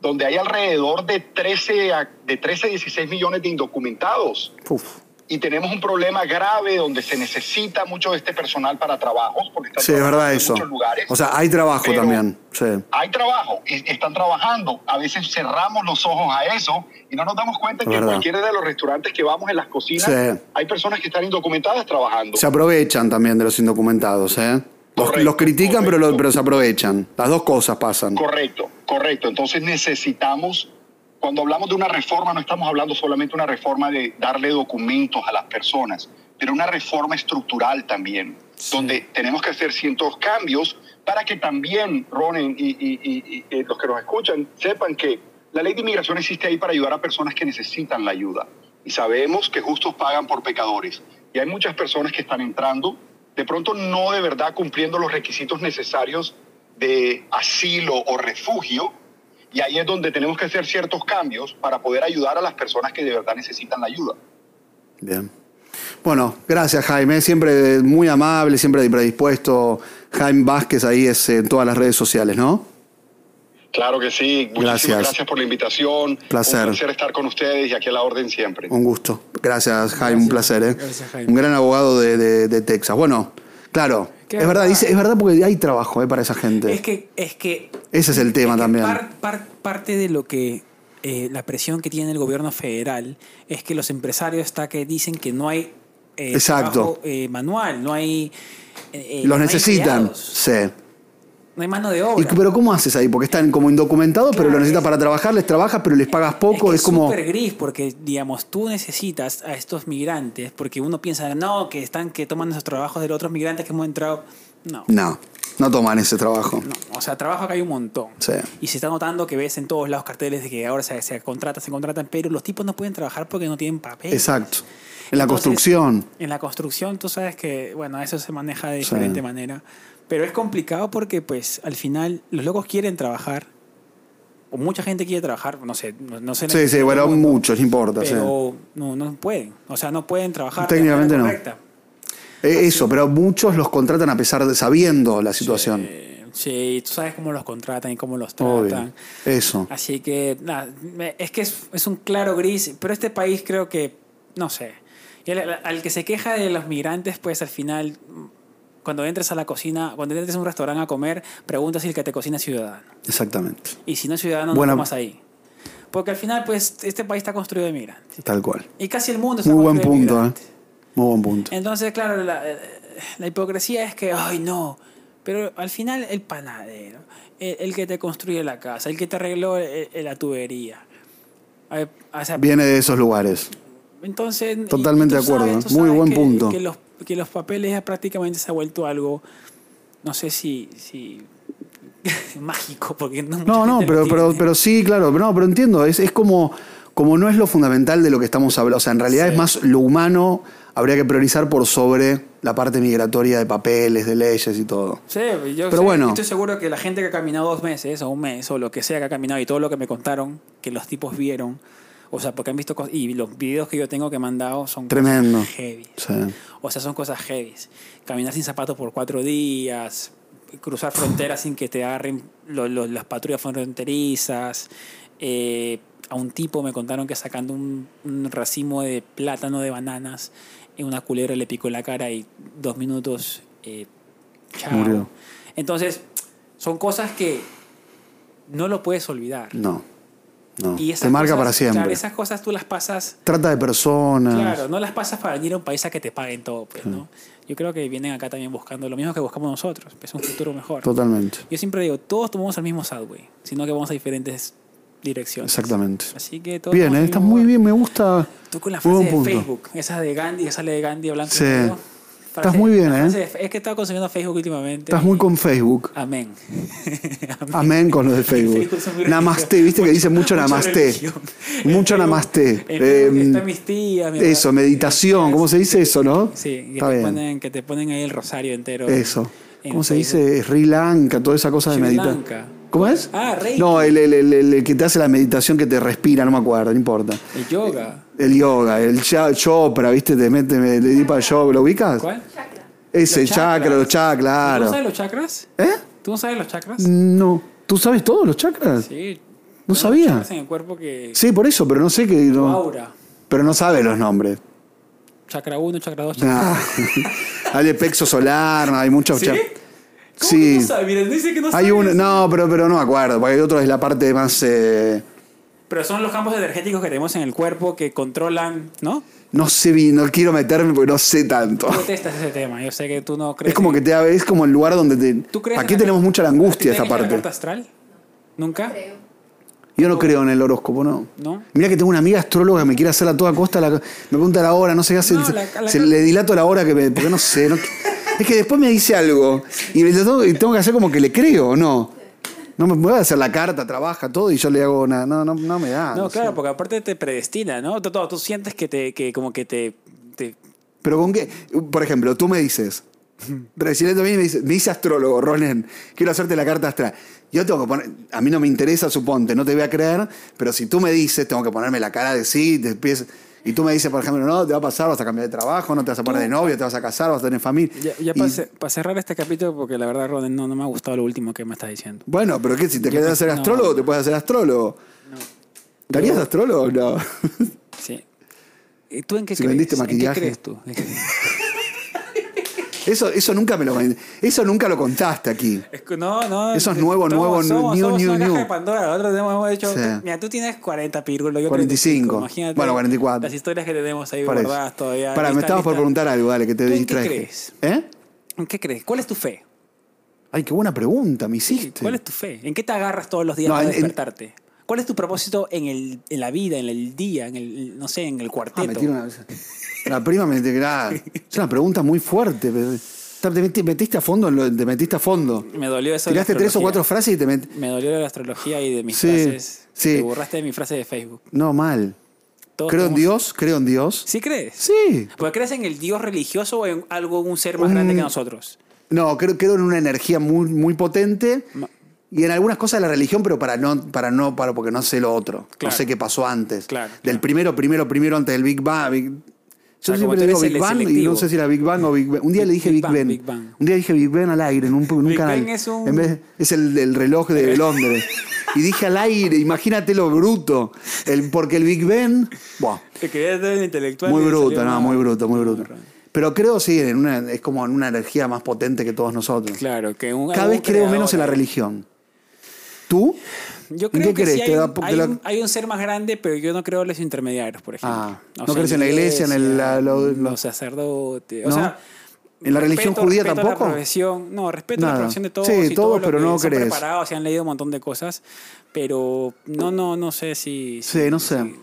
C: donde hay alrededor de 13 a, de 13 a 16 millones de indocumentados
B: Uf.
C: y tenemos un problema grave donde se necesita mucho de este personal para trabajos porque están
B: Sí, es verdad
C: trabajando en
B: eso.
C: muchos lugares.
B: O sea, hay trabajo
C: Pero-
B: también. Sí.
C: hay trabajo, y están trabajando. A veces cerramos los ojos a eso y no nos damos cuenta que en
B: Verdad.
C: cualquiera de los restaurantes que vamos en las cocinas
B: Sí.
C: hay personas que están indocumentadas trabajando.
B: Se aprovechan también de los indocumentados, ¿eh? Los,
C: Correcto,
B: los critican, pero, lo-
C: correcto.
B: pero se aprovechan. Las dos cosas pasan.
C: Correcto, correcto. Entonces necesitamos, cuando hablamos de una reforma, no estamos hablando solamente de una reforma de darle documentos a las personas, pero una reforma estructural también, donde tenemos que hacer ciertos cambios para que también, Ronen y, y- y- y, eh, los que nos escuchan, sepan que la ley de inmigración existe ahí para ayudar a personas que necesitan la ayuda. Y sabemos que justos pagan por pecadores. Y hay muchas personas que están entrando, de pronto no de verdad cumpliendo los requisitos necesarios de asilo o refugio. Y ahí es donde tenemos que hacer ciertos cambios para poder ayudar a las personas que de verdad necesitan la ayuda.
B: Bien. Bueno, gracias Jaime, siempre eh, muy amable, siempre predispuesto. Jaime Vázquez ahí es eh, en todas las redes sociales, ¿no?
C: Claro que sí. Muchísimas
B: Gracias.
C: gracias, por la invitación.
B: Placer.
C: Un placer estar con ustedes y aquí a la orden siempre.
B: Un gusto. Gracias Jaime, un
A: Gracias,
B: placer, ¿eh?
A: gracias, Jaime.
B: Un gran abogado de, de- de Texas. Bueno, claro,
A: Qué
B: es verdad,
A: verdad.
B: dice, es verdad porque hay trabajo ¿eh? para esa gente.
A: Es que, es que
B: Ese es el tema
A: que
B: también.
A: par- par- parte de lo que eh, la presión que tiene el gobierno federal es que los empresarios está que dicen que no hay eh,
B: Exacto.
A: trabajo, eh, manual, no hay eh, eh,
B: Los
A: no hay
B: necesitan.
A: empleados.
B: Sí.
A: no hay mano de obra.
B: Y, pero ¿cómo haces ahí? Porque están como indocumentados, pero
A: Claro,
B: lo necesitan
A: es-
B: para trabajar, les trabajas, pero les pagas poco. Es,
A: que
B: como...
A: súper gris porque, digamos, tú necesitas a estos migrantes porque uno piensa, no, que están, que toman esos trabajos de los otros migrantes que hemos entrado. No,
B: No, no toman ese trabajo.
A: no. O sea, trabajo acá hay un montón.
B: Sí.
A: Y se está notando que ves en todos lados carteles de que ahora se, se contratan, se contratan, pero los tipos no pueden trabajar porque no tienen papel.
B: Exacto. En
A: eh.
B: la
A: Entonces,
B: construcción.
A: En la construcción tú sabes que, bueno, eso se maneja de diferente manera. Pero es complicado porque, pues, al final los locos quieren trabajar. O mucha gente quiere trabajar, no sé, no, no sé.
B: Sí, sí, bueno, muchos, no importa. sí.
A: Pero no, no pueden. O sea, no pueden trabajar. de
B: Técnicamente
A: manera
B: no.
A: correcta.
B: Eh, Eso, pero muchos los contratan a pesar de sabiendo la situación.
A: Eh, sí, tú sabes cómo los contratan y cómo los
B: Obvio.
A: tratan.
B: Eso.
A: Así que, nada, me- es que es, es un claro gris, pero este país creo que, no sé, Y al, al que se queja de los migrantes, pues al final, mm, cuando entres a la cocina, cuando entres a un restaurante a comer, pregunta si el que te cocina es ciudadano.
B: Exactamente.
A: Y si no es ciudadano,
B: Buena-
A: no comas ahí. Porque al final, pues, este país está construido de migrantes.
B: Tal cual.
A: Y casi el mundo está
B: Muy buen
A: construido de
B: punto, ¿eh?
A: migrantes.
B: Muy buen punto.
A: Entonces, claro, la, eh, la hipocresía es que, ay, no. Pero al final, el panadero, el, el que te construye la casa, el que te arregló eh, eh, la tubería. Ay, o sea,
B: Viene de esos lugares.
A: entonces. y-
B: Totalmente
A: y
B: de
A: tú
B: acuerdo,
A: sabes- tú
B: muy
A: sabes
B: buen
A: que-
B: punto.
A: Que los, que los papeles ya prácticamente se ha vuelto algo. No sé si. si mágico, porque no. mucha
B: No, no,
A: gente
B: pero,
A: lo
B: pero,
A: tiene.
B: pero sí, claro, pero no, pero entiendo, es, es como, como no es lo fundamental de lo que estamos hablando, o sea, en realidad
A: Sí.
B: es más lo humano, habría que priorizar por sobre la parte migratoria de papeles, de leyes y todo.
A: Sí, yo
B: Pero
A: sé-
B: bueno.
A: estoy seguro que la gente que ha caminado dos meses o un mes o lo que sea que ha caminado y todo lo que me contaron, que los tipos vieron, o sea, porque han visto cosas, y los videos que yo tengo que he mandado son
B: Tremendo.
A: cosas heavy.
B: Sí.
A: O sea, son cosas heavy. Caminar sin zapatos por cuatro días, cruzar fronteras sin que te agarren lo- lo- las patrullas fronterizas. Eh, a un tipo me contaron que sacando un, un racimo de plátano de bananas, en una culebra le picó la cara y dos minutos. eh, chao.
B: Murió.
A: Entonces, son cosas que no lo puedes olvidar.
B: No, no.
A: Y
B: Te marca para siempre.
A: Claro, esas cosas tú las pasas
B: Trata de personas.
A: Claro, no las pasas para venir a un país a que te paguen todo, pues, ¿no? Yo creo que vienen acá también buscando lo mismo que buscamos nosotros, pues un futuro mejor.
B: Totalmente.
A: Yo siempre digo, todos tomamos el mismo subway, sino que vamos a diferentes direcciones.
B: Exactamente.
A: Así que todos
B: Bien,
A: tomamos
B: eh,
A: el
B: está
A: mismo
B: muy
A: lugar.
B: bien, me gusta.
A: Tú con la
B: Muy
A: frase
B: buen
A: de
B: punto.
A: Facebook, esa de Gandhi, esa de Gandhi a blanco y
B: Sí.
A: negro.
B: Estás muy bien,
A: la
B: ¿eh?
A: frase de- es que he estado consumiendo Facebook últimamente.
B: Estás muy con Facebook.
A: Amén.
B: Amén con lo de Facebook.
A: Facebook son muy
B: Namaste, viste que dice mucho
A: Mucha
B: namaste.
A: religión.
B: Mucho
A: En
B: namaste.
A: Facebook- en Facebook
B: Eh,
A: están mis tías, mi
B: Eso,
A: hermana,
B: meditación,
A: mis
B: ¿cómo se
A: tías.
B: dice eso, no?
A: Sí, que
B: Está
A: te,
B: bien.
A: ponen, que te ponen ahí el rosario entero.
B: Eso.
A: en
B: ¿Cómo se
A: Facebook.
B: dice? Sri Lanka, toda esa cosa de
A: Sri
B: meditar.
A: Lanka.
B: ¿Cómo es?
A: Ah, Reiki.
B: No, el, el- el- el- el que te hace la meditación que te respira, no me acuerdo, no importa.
A: El yoga.
B: El yoga, el cha- chopra, ¿viste? Te mete, le di para yoga, ¿lo ubicas?
A: ¿Cuál?
B: Ese,
A: Los
B: chakra,
A: chakras.
B: los
A: ¿Tú no
B: chakras, Eh, claro.
A: sabes los chakras?
B: ¿Eh?
A: ¿Tú no sabes los chakras?
B: No. ¿Tú sabes todos los chakras?
A: Sí.
B: No
A: Tenemos
B: sabía.
A: chakras en el cuerpo que...
B: Sí, por eso, pero no sé qué.
A: tu
B: no-
A: aura.
B: pero no sabe los nombres.
A: Chakra 1, chakra 2, chakra...
B: Ah. hay de pexo solar, no, hay muchos.
A: ¿Sí?
B: cha-
A: ¿Cómo
B: Sí.
A: que no sabes? Mira, dice que no
B: Hay
A: sabes.
B: un, no, pero, pero no me acuerdo, porque hay otro es la parte más. eh,
A: Pero son los campos energéticos que tenemos en el cuerpo que controlan, ¿no?
B: no sé, bien, no quiero meterme porque no sé tanto.
A: Tú detestas ese tema. Yo sé que tú no crees...
B: Ah. Es como que te da- es como el lugar donde te.
A: ¿Tú crees
B: Aquí
A: en la-
B: tenemos mucha la angustia
A: ¿A ti te
B: esta
A: han hecho la
B: parte.
A: carta astral? ¿Nunca?
D: creo.
B: Yo no creo en el horóscopo, no.
A: ¿No?
B: Mira que tengo una amiga astróloga que me quiere hacer a toda costa, la- me pregunta la hora, no sé qué hace.
A: No,
B: dice-
A: la- la-
B: se le dilato la hora que me, porque no sé. no- es que después me dice algo y me lo tengo, y tengo que hacer como que le creo o no. No me voy a hacer la carta, trabaja, todo y yo le hago nada. No, no, no me da.
A: no,
B: Ah, no sé.
A: claro, porque aparte te predestina, ¿no? Tú, tú- tú sientes que te... Que como que te... te-
B: Pero con qué. Por ejemplo, tú me dices. Resiliente viene y me dice, me dice astrólogo, Ronen, quiero hacerte la carta astral. Yo tengo que poner. A mí no me interesa, suponte, no te voy a creer, pero si tú me dices, tengo que ponerme la cara de sí, te empiezo- Y tú me dices, por ejemplo, no, te va a pasar, vas a cambiar de trabajo, no te vas a poner de novio, te vas a casar, vas a tener familia.
A: Ya, ya
B: Y-
A: para, ce- para cerrar este capítulo, porque la verdad, Roden, no, no me ha gustado lo último que me estás diciendo.
B: Bueno, pero ¿qué? Si te querés hacer
A: no.
B: astrólogo, te puedes hacer astrólogo. ¿Te harías astrólogo o no?
A: Sí. ¿Y ¿Tú en qué
B: Si
A: crees?
B: vendiste
A: ¿En qué
B: maquillaje.
A: crees tú?
B: Eso, eso nunca me lo eso nunca lo contaste aquí.
A: Es que no, no.
B: Eso es nuevo,
A: somos-
B: nuevo,
A: somos,
B: new,
A: somos
B: new,
A: una
B: new.
A: caja de Pandora. Nosotros hemos hecho.
B: Sí.
A: Mira, tú tienes 40 pírgulos, yo
B: 45.
A: 35. Imagínate.
B: Bueno, 44.
A: Las historias que tenemos ahí
B: Para
A: guardadas todavía.
B: Pará, me
A: Lista,
B: estabas por
A: lista.
B: preguntar algo, dale, que te
A: ¿Tú en qué
B: distraje.
A: crees?
B: ¿Eh?
A: ¿En qué crees? ¿Cuál es tu fe?
B: Ay, qué buena pregunta me hiciste.
A: ¿Cuál es tu fe? ¿En qué te agarras todos los días
B: No,
A: para
B: en- en-
A: despertarte? ¿Cuál es tu propósito en, el, en la vida, en el día, en el, no sé, en el
B: Ah,
A: cuarteto?
B: me tiro una vez. La prima me te- ah, Es una pregunta muy fuerte. pero- Te meti- te metiste a fondo, en lo- te metiste a fondo.
A: Me dolió eso. de la
B: Tiraste tres o
A: astrología.
B: cuatro frases y te metiste.
A: Me dolió de la astrología y de mis
B: Sí,
A: frases.
B: sí.
A: Te burraste de mi frase de Facebook.
B: No, mal.
A: Todos
B: Creo en
A: somos-
B: Dios, creo en Dios.
A: ¿Sí crees?
B: Sí.
A: ¿Pues crees en el Dios religioso o en algo, un ser más
B: Un-
A: grande que nosotros?
B: No, creo, creo en una energía muy, muy potente. Y en algunas cosas de la religión, pero para no, para no, para porque no sé lo otro.
A: Claro.
B: No sé qué pasó antes.
A: Claro,
B: Del
A: claro.
B: primero, primero, primero antes del Big Bang. Big- Yo
A: sea, como tú
B: siempre digo
A: eres
B: Big
A: el
B: Bang y
A: selectivo.
B: no sé si era Big Bang o Big Ben. Un día le dije
A: Big
B: Big,
A: Bang,
B: Ben.
A: Big Bang.
B: Un día dije Big Ben al aire en un, en un
A: Big
B: canal.
A: Ben es un-
B: En vez- es el, el reloj de Londres. y dije al aire, imagínate lo bruto. El, porque el Big Ben. Buah.
A: Te querías dar el intelectual.
B: Muy
A: y salió
B: bruto, no,
A: una-
B: muy bruto, muy bruto.
A: una-
B: Pero creo, sí, en una, es como en una energía más potente que todos nosotros.
A: Claro, que un,
B: Cada
A: algún
B: vez creo menos en la
A: creador.
B: religión. ¿Tú?
A: Yo
B: ¿En
A: creo
B: qué
A: que
B: crees?
A: sí hay,
B: ¿Te da-
A: un-
B: te
A: hay
B: la-
A: un, hay un ser más grande, pero yo no creo en los intermediarios, por ejemplo.
B: Ah,
A: O
B: ¿no crees en la iglesia, en el- la- lo- lo-
A: mm, los sacerdotes? O
B: ¿No?
A: sea,
B: ¿En la religión
A: respeto-
B: judía
A: respeto
B: tampoco?
A: La profesión, no, respeto la
B: Nada.
A: profesión de todos.
B: Sí,
A: y
B: todos,
A: todo lo
B: pero
A: que
B: no
A: son
B: crees.
A: preparados y han leído un montón de cosas, pero no, no, no sé si... si-
B: Sí, no sé.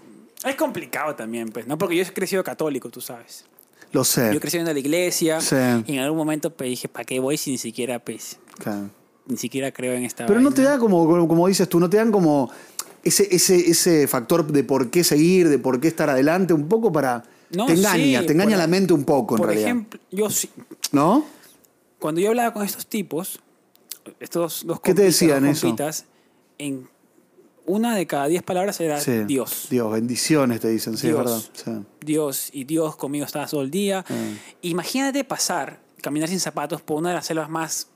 A: Es complicado también, pues, ¿no? Porque yo he crecido católico, tú sabes.
B: Lo
A: Yo
B: sé.
A: crecí en la iglesia
B: Sí.
A: y en algún momento pues, dije, ¿para qué voy si ni siquiera, pues,
B: Claro.
A: ni siquiera creo en esta
B: Pero no
A: vaina?
B: te da como, como, como dices tú, no te dan como ese, ese, ese factor de por qué seguir, de por qué estar adelante, un poco para.
A: No,
B: te engaña,
A: sí,
B: te engaña
A: por-
B: la mente un poco en
A: Por
B: realidad.
A: ejemplo, yo sí-
B: ¿No?
A: cuando yo hablaba con estos tipos, estos dos
B: ¿Qué te
A: compitas,
B: decían
A: dos
B: eso?
A: compitas, en una de cada diez palabras era
B: Sí.
A: Dios.
B: Dios, bendiciones te dicen, sí,
A: Dios.
B: es verdad. Sí.
A: Dios y Dios conmigo estaba todo el día.
B: Ah.
A: Imagínate pasar, caminar sin zapatos por una de las selvas más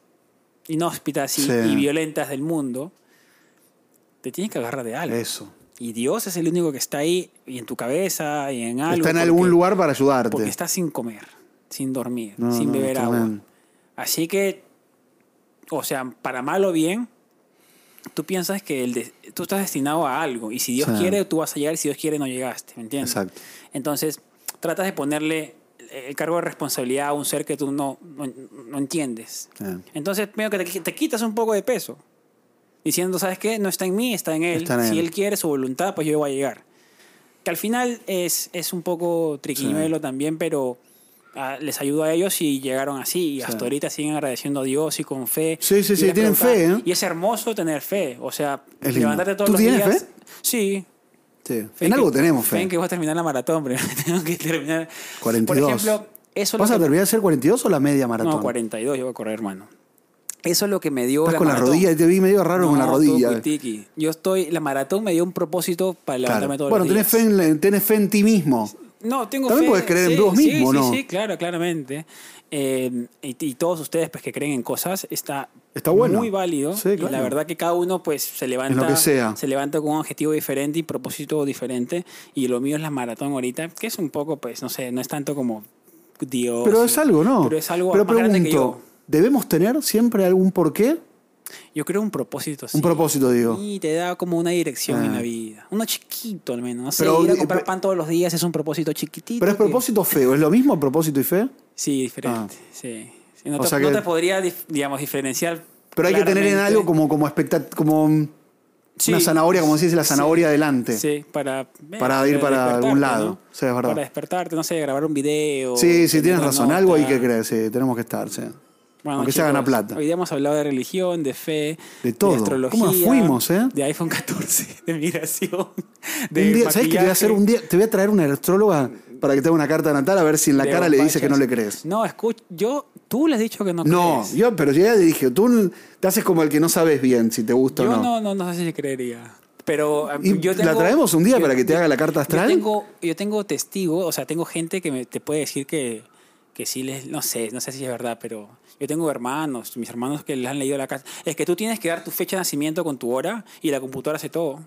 A: inhóspitas y,
B: Sí.
A: y violentas del mundo. Te tienes que agarrar de algo.
B: Eso.
A: Y Dios es el único que está ahí y en tu cabeza y en algo.
B: Está en
A: porque-
B: algún lugar para ayudarte.
A: Porque estás sin comer, sin dormir,
B: No,
A: sin
B: no,
A: beber agua.
B: tremendo.
A: Así que, o sea, para mal o bien, tú piensas que el de- tú estás destinado a algo. Y si Dios
B: Sí.
A: quiere, tú vas a llegar. Y si Dios quiere, no llegaste. ¿Me entiendes?
B: Exacto.
A: Entonces, tratas de ponerle el cargo de responsabilidad a un ser que tú no, no, no entiendes.
B: Sí.
A: Entonces, medio que te, te quitas un poco de peso. Diciendo, ¿sabes qué? No está en mí, está en él.
B: Está en
A: si
B: él.
A: él quiere su voluntad, pues yo voy a llegar. Que al final es, es un poco triquiñuelo también, pero ah, les ayudó a ellos y llegaron así. Y hasta ahorita siguen agradeciendo a Dios y con fe.
B: Sí, sí,
A: Y
B: sí,
A: les
B: tienen
A: preguntaba-
B: fe, ¿eh?
A: Y es hermoso tener fe. O sea,
B: Es lindo.
A: levantarte todos
B: ¿Tú
A: los
B: tienes
A: días.
B: fe?
A: Sí,
B: Sí.
A: Fe
B: En
A: que-
B: algo tenemos fe.
A: en que voy a terminar la maratón, pero tengo que terminar.
B: 42.
A: Por ejemplo, eso es
B: ¿Vas
A: lo
B: a
A: que-
B: terminar de ser 42 o la media maratón?
A: No, 42 yo voy a correr, hermano. Eso es lo que me dio
B: Estás
A: la
B: con la
A: maratón.
B: rodilla, te vi medio raro con la
A: No, todo
B: rodilla.
A: cuitiqui. Yo estoy, la maratón me dio un propósito para
B: Claro.
A: levantarme todos
B: Bueno,
A: los
B: tenés
A: días.
B: fe, en, la- tenés fe en ti mismo.
A: No, tengo
B: También
A: fe.
B: puedes creer en
A: sí,
B: vos mismo,
A: sí,
B: ¿no?
A: Sí, sí, claro, claramente. Eh, y, y todos ustedes pues que creen en cosas, está,
B: Está bueno.
A: muy válido.
B: Sí,
A: Y la
B: claro.
A: verdad que cada uno pues se levanta,
B: que sea.
A: se levanta con un objetivo diferente y propósito diferente. Y lo mío es la maratón ahorita, que es un poco pues, no sé, no es tanto como Dios.
B: Pero es algo, ¿no?
A: Pero es algo
B: Pero
A: más grande que
B: pregunto, ¿debemos tener siempre algún porqué?
A: Yo creo un propósito así.
B: Un propósito, digo.
A: Y te da como una dirección
B: Ah.
A: en la vida. Uno chiquito al menos. No sé,
B: Pero-
A: ir a comprar
B: pero-
A: pan todos los días es un propósito chiquitito.
B: Pero es
A: que-
B: propósito feo. ¿Es lo mismo propósito y fe?
A: Sí, diferente. Sí. Sí, No,
B: O
A: te,
B: sea
A: no
B: que-
A: te podría, dif- digamos, diferenciar.
B: Pero hay que tener en
A: claramente.
B: algo como, como, expectat- como
A: Sí.
B: una zanahoria, como decís, la
A: Sí.
B: zanahoria adelante.
A: Sí, para,
B: este. Para ir para
A: despertarte,
B: algún lado.
A: ¿no?
B: Sí, es verdad.
A: Para despertarte, no sé, grabar un video.
B: Sí, sí, tienes
A: tener
B: razón.
A: una
B: Algo hay
A: nota.
B: que creer, sí, tenemos que estar, sí.
A: Bueno,
B: Aunque sea
A: chicos,
B: ganar plata.
A: Hoy día hemos hablado de religión, de fe,
B: De todo.
A: astrología.
B: ¿Cómo nos fuimos, eh?
A: De iPhone 14, de migración. De
B: Un día, ¿Sabes que te voy a hacer
A: maquillaje.
B: un día? Te voy a traer una astróloga para que te haga una carta natal a ver si en la
A: de
B: cara le dice
A: bombachas.
B: que no le crees.
A: No, escucha, yo, tú le has dicho que no
B: No,
A: crees.
B: yo, pero yo ya le dije, tú te haces como el que no sabes bien si te gusta
A: yo
B: o no.
A: no, no, no sé si le creería. Pero ah,
B: ¿Y
A: yo tengo-
B: la traemos un día para que te haga la carta astral?
A: Yo tengo, yo tengo testigos, o sea, tengo gente que me- te puede decir que, que sí les, no sé, no sé si es verdad, pero yo tengo hermanos, mis hermanos que les han leído la carta. Es que tú tienes que dar tu fecha de nacimiento con tu hora y la computadora hace todo.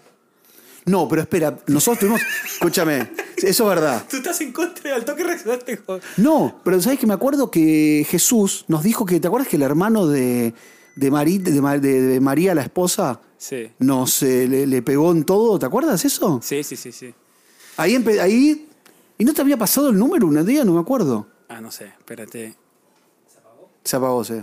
B: No, pero espera, nosotros tuvimos. escúchame, eso es verdad.
A: Tú estás en contra del toque resonaste, joder.
B: No, pero sabes que me acuerdo que Jesús nos dijo que. ¿Te acuerdas que el hermano de, de, Mari- de Ma- de- de María, la esposa,
A: Sí.
B: nos eh, le, le pegó en todo? ¿Te acuerdas eso?
A: Sí, sí, sí, sí.
B: Ahí, empe- ahí. ¿Y no te había pasado el número un día? No me acuerdo.
A: Ah, no sé, espérate.
B: Se apagó, sí.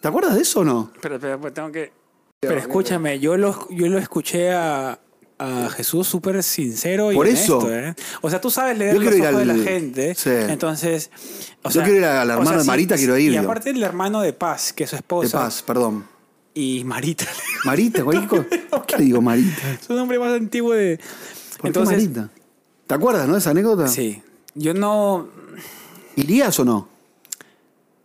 B: ¿Te acuerdas de eso o no?
A: Pero, pero, pero tengo que. Pero escúchame, yo lo, yo lo escuché a, a Jesús súper sincero y
B: Por eso.
A: honesto, ¿eh? O sea, tú sabes leer
B: Yo
A: los
B: quiero ir
A: ojos de
B: al-
A: la gente.
B: sí.
A: Entonces. O
B: Yo
A: sea,
B: quiero ir al hermano de
A: sí,
B: Marita, quiero ir
A: Y
B: yo.
A: aparte el hermano de Paz, que es su
B: De
A: esposa.
B: paz, perdón.
A: Y Marita.
B: Marita, cualquier cosa. ¿Por qué le digo Marita?
A: es un nombre más antiguo de.
B: ¿Por qué Marita? ¿Te acuerdas, no? de Esa anécdota.
A: Sí. Yo no.
B: ¿Irías o no?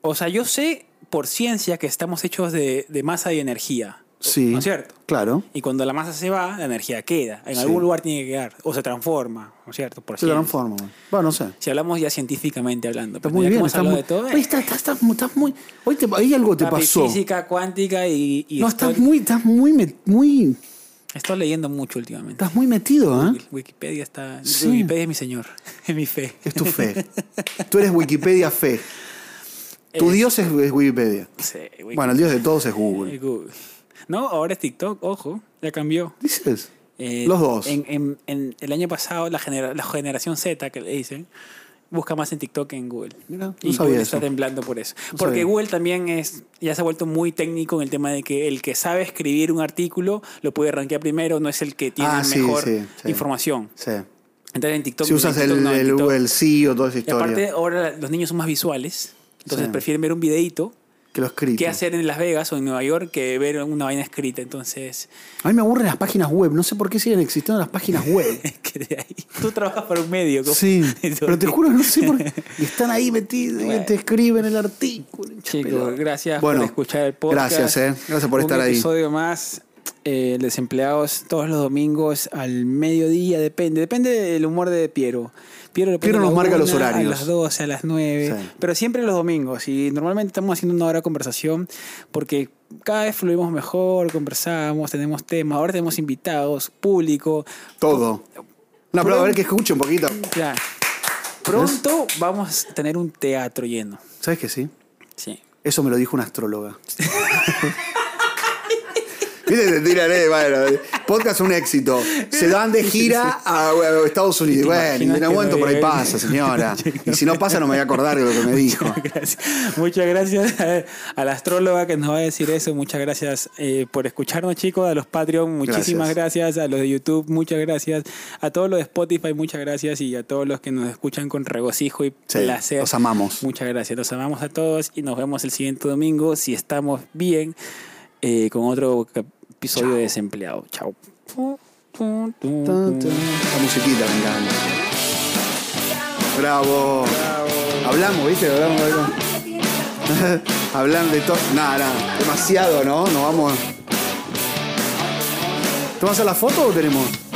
A: O sea, yo sé por ciencia que estamos hechos de, de masa y energía.
B: Sí.
A: ¿No es cierto?
B: Claro.
A: Y cuando la masa se va, la energía queda. En
B: Sí.
A: algún lugar tiene que quedar. O se transforma, ¿no es cierto? Por
B: Se
A: ciencia.
B: transforma. Bueno, no sé.
A: Si hablamos ya científicamente hablando.
B: Estás
A: pero
B: muy
A: ya que
B: bien,
A: hemos
B: estás
A: hablado
B: muy...
A: de todo,
B: Oye, estás, estás- estás mu- estás muy... Hoy te- ahí algo te
A: papi,
B: pasó.
A: física cuántica y, y
B: No,
A: estoy,
B: estás muy, estás muy, met- muy,
A: estoy leyendo mucho últimamente.
B: estás muy metido, ¿eh?
A: Wikipedia está...
B: Sí.
A: Wikipedia es mi señor, es mi fe.
B: Es tu fe. Tú eres Wikipedia fe. Tu
A: Es-
B: dios es, es Wikipedia.
A: Sí, Wiki-
B: Bueno, el dios de todos es
A: eh,
B: Google.
A: Google. No, ahora es TikTok, ojo, ya cambió.
B: ¿Dices?
A: Eh,
B: Los dos.
A: En, en- en el año pasado, la, genera- la generación Z, que le dicen, busca más en TikTok que en Google.
B: Mira, no
A: y
B: sabía
A: Google
B: eso.
A: está temblando por eso.
B: No
A: Porque
B: sabía.
A: Google también es, ya se ha vuelto muy técnico en el tema de que el que sabe escribir un artículo lo puede rankear primero, no es el que tiene
B: Ah, sí,
A: mejor
B: sí, sí.
A: información.
B: Sí.
A: Entonces en TikTok...
B: Si usas
A: en TikTok
B: el,
A: no, en
B: el
A: TikTok.
B: Google sí o toda esa
A: Y aparte
B: historia.
A: ahora los niños son más visuales, entonces
B: Sí.
A: prefieren ver un videíto
B: Que lo escrito.
A: qué hacer en Las Vegas o en Nueva York que ver una vaina escrita. Entonces,
B: A mí me aburren las páginas web. No sé por qué siguen existiendo las páginas web.
A: que de ahí- tú trabajas para un medio. ¿cómo?
B: Sí,
A: Entonces,
B: pero te juro, no sé por qué. Y están ahí metidos y
A: Bueno.
B: te escriben el artículo. hincha
A: Chicos,
B: pelota.
A: gracias
B: Bueno,
A: por escuchar el podcast.
B: Gracias, eh. Gracias por estar
A: Un
B: ahí.
A: episodio más. eh, desempleados todos los domingos al mediodía, depende. Depende del humor de Piero. Piero, lo pone
B: Piero
A: a la
B: nos marca los
A: una,
B: horarios.
A: A las 12, a las 9.
B: Sí.
A: Pero siempre los domingos. Y normalmente estamos haciendo una hora de conversación porque cada vez fluimos mejor, conversamos, tenemos temas. Ahora tenemos invitados, público.
B: Todo. Una prueba, a ver que escuche un poquito.
A: Ya. Pronto vamos a tener un teatro lleno.
B: ¿Sabes que sí?
A: Sí.
B: Eso me lo dijo una astróloga. Viste, te tiran, eh, bueno, podcast un éxito. Se dan de gira a, a Estados Unidos.
A: ¿Te
B: Bueno,
A: imaginas
B: en
A: que
B: algún momento
A: no
B: por ahí
A: llega?
B: pasa, señora. Y si no pasa, no me voy a acordar de lo que me dijo.
A: Gracias. Muchas gracias a, a la astróloga que nos va a decir eso. Muchas gracias eh, por escucharnos, chicos. A los Patreon, muchísimas gracias. A los de YouTube, muchas gracias. A todos los de Spotify, muchas gracias. Y a todos los que nos escuchan con regocijo y
B: Sí,
A: placer.
B: los amamos.
A: Muchas gracias. Los amamos a todos y nos vemos el siguiente domingo, si estamos bien, eh, con otro cap- episodio de Desempleado. Chao.
B: La musiquita me encanta. Bravo. Hablamos, ¿viste? Hablamos, hablamos. Hablan de todo. Nada, nada. Demasiado, ¿no? Nos vamos. ¿Te vas a la foto o tenemos?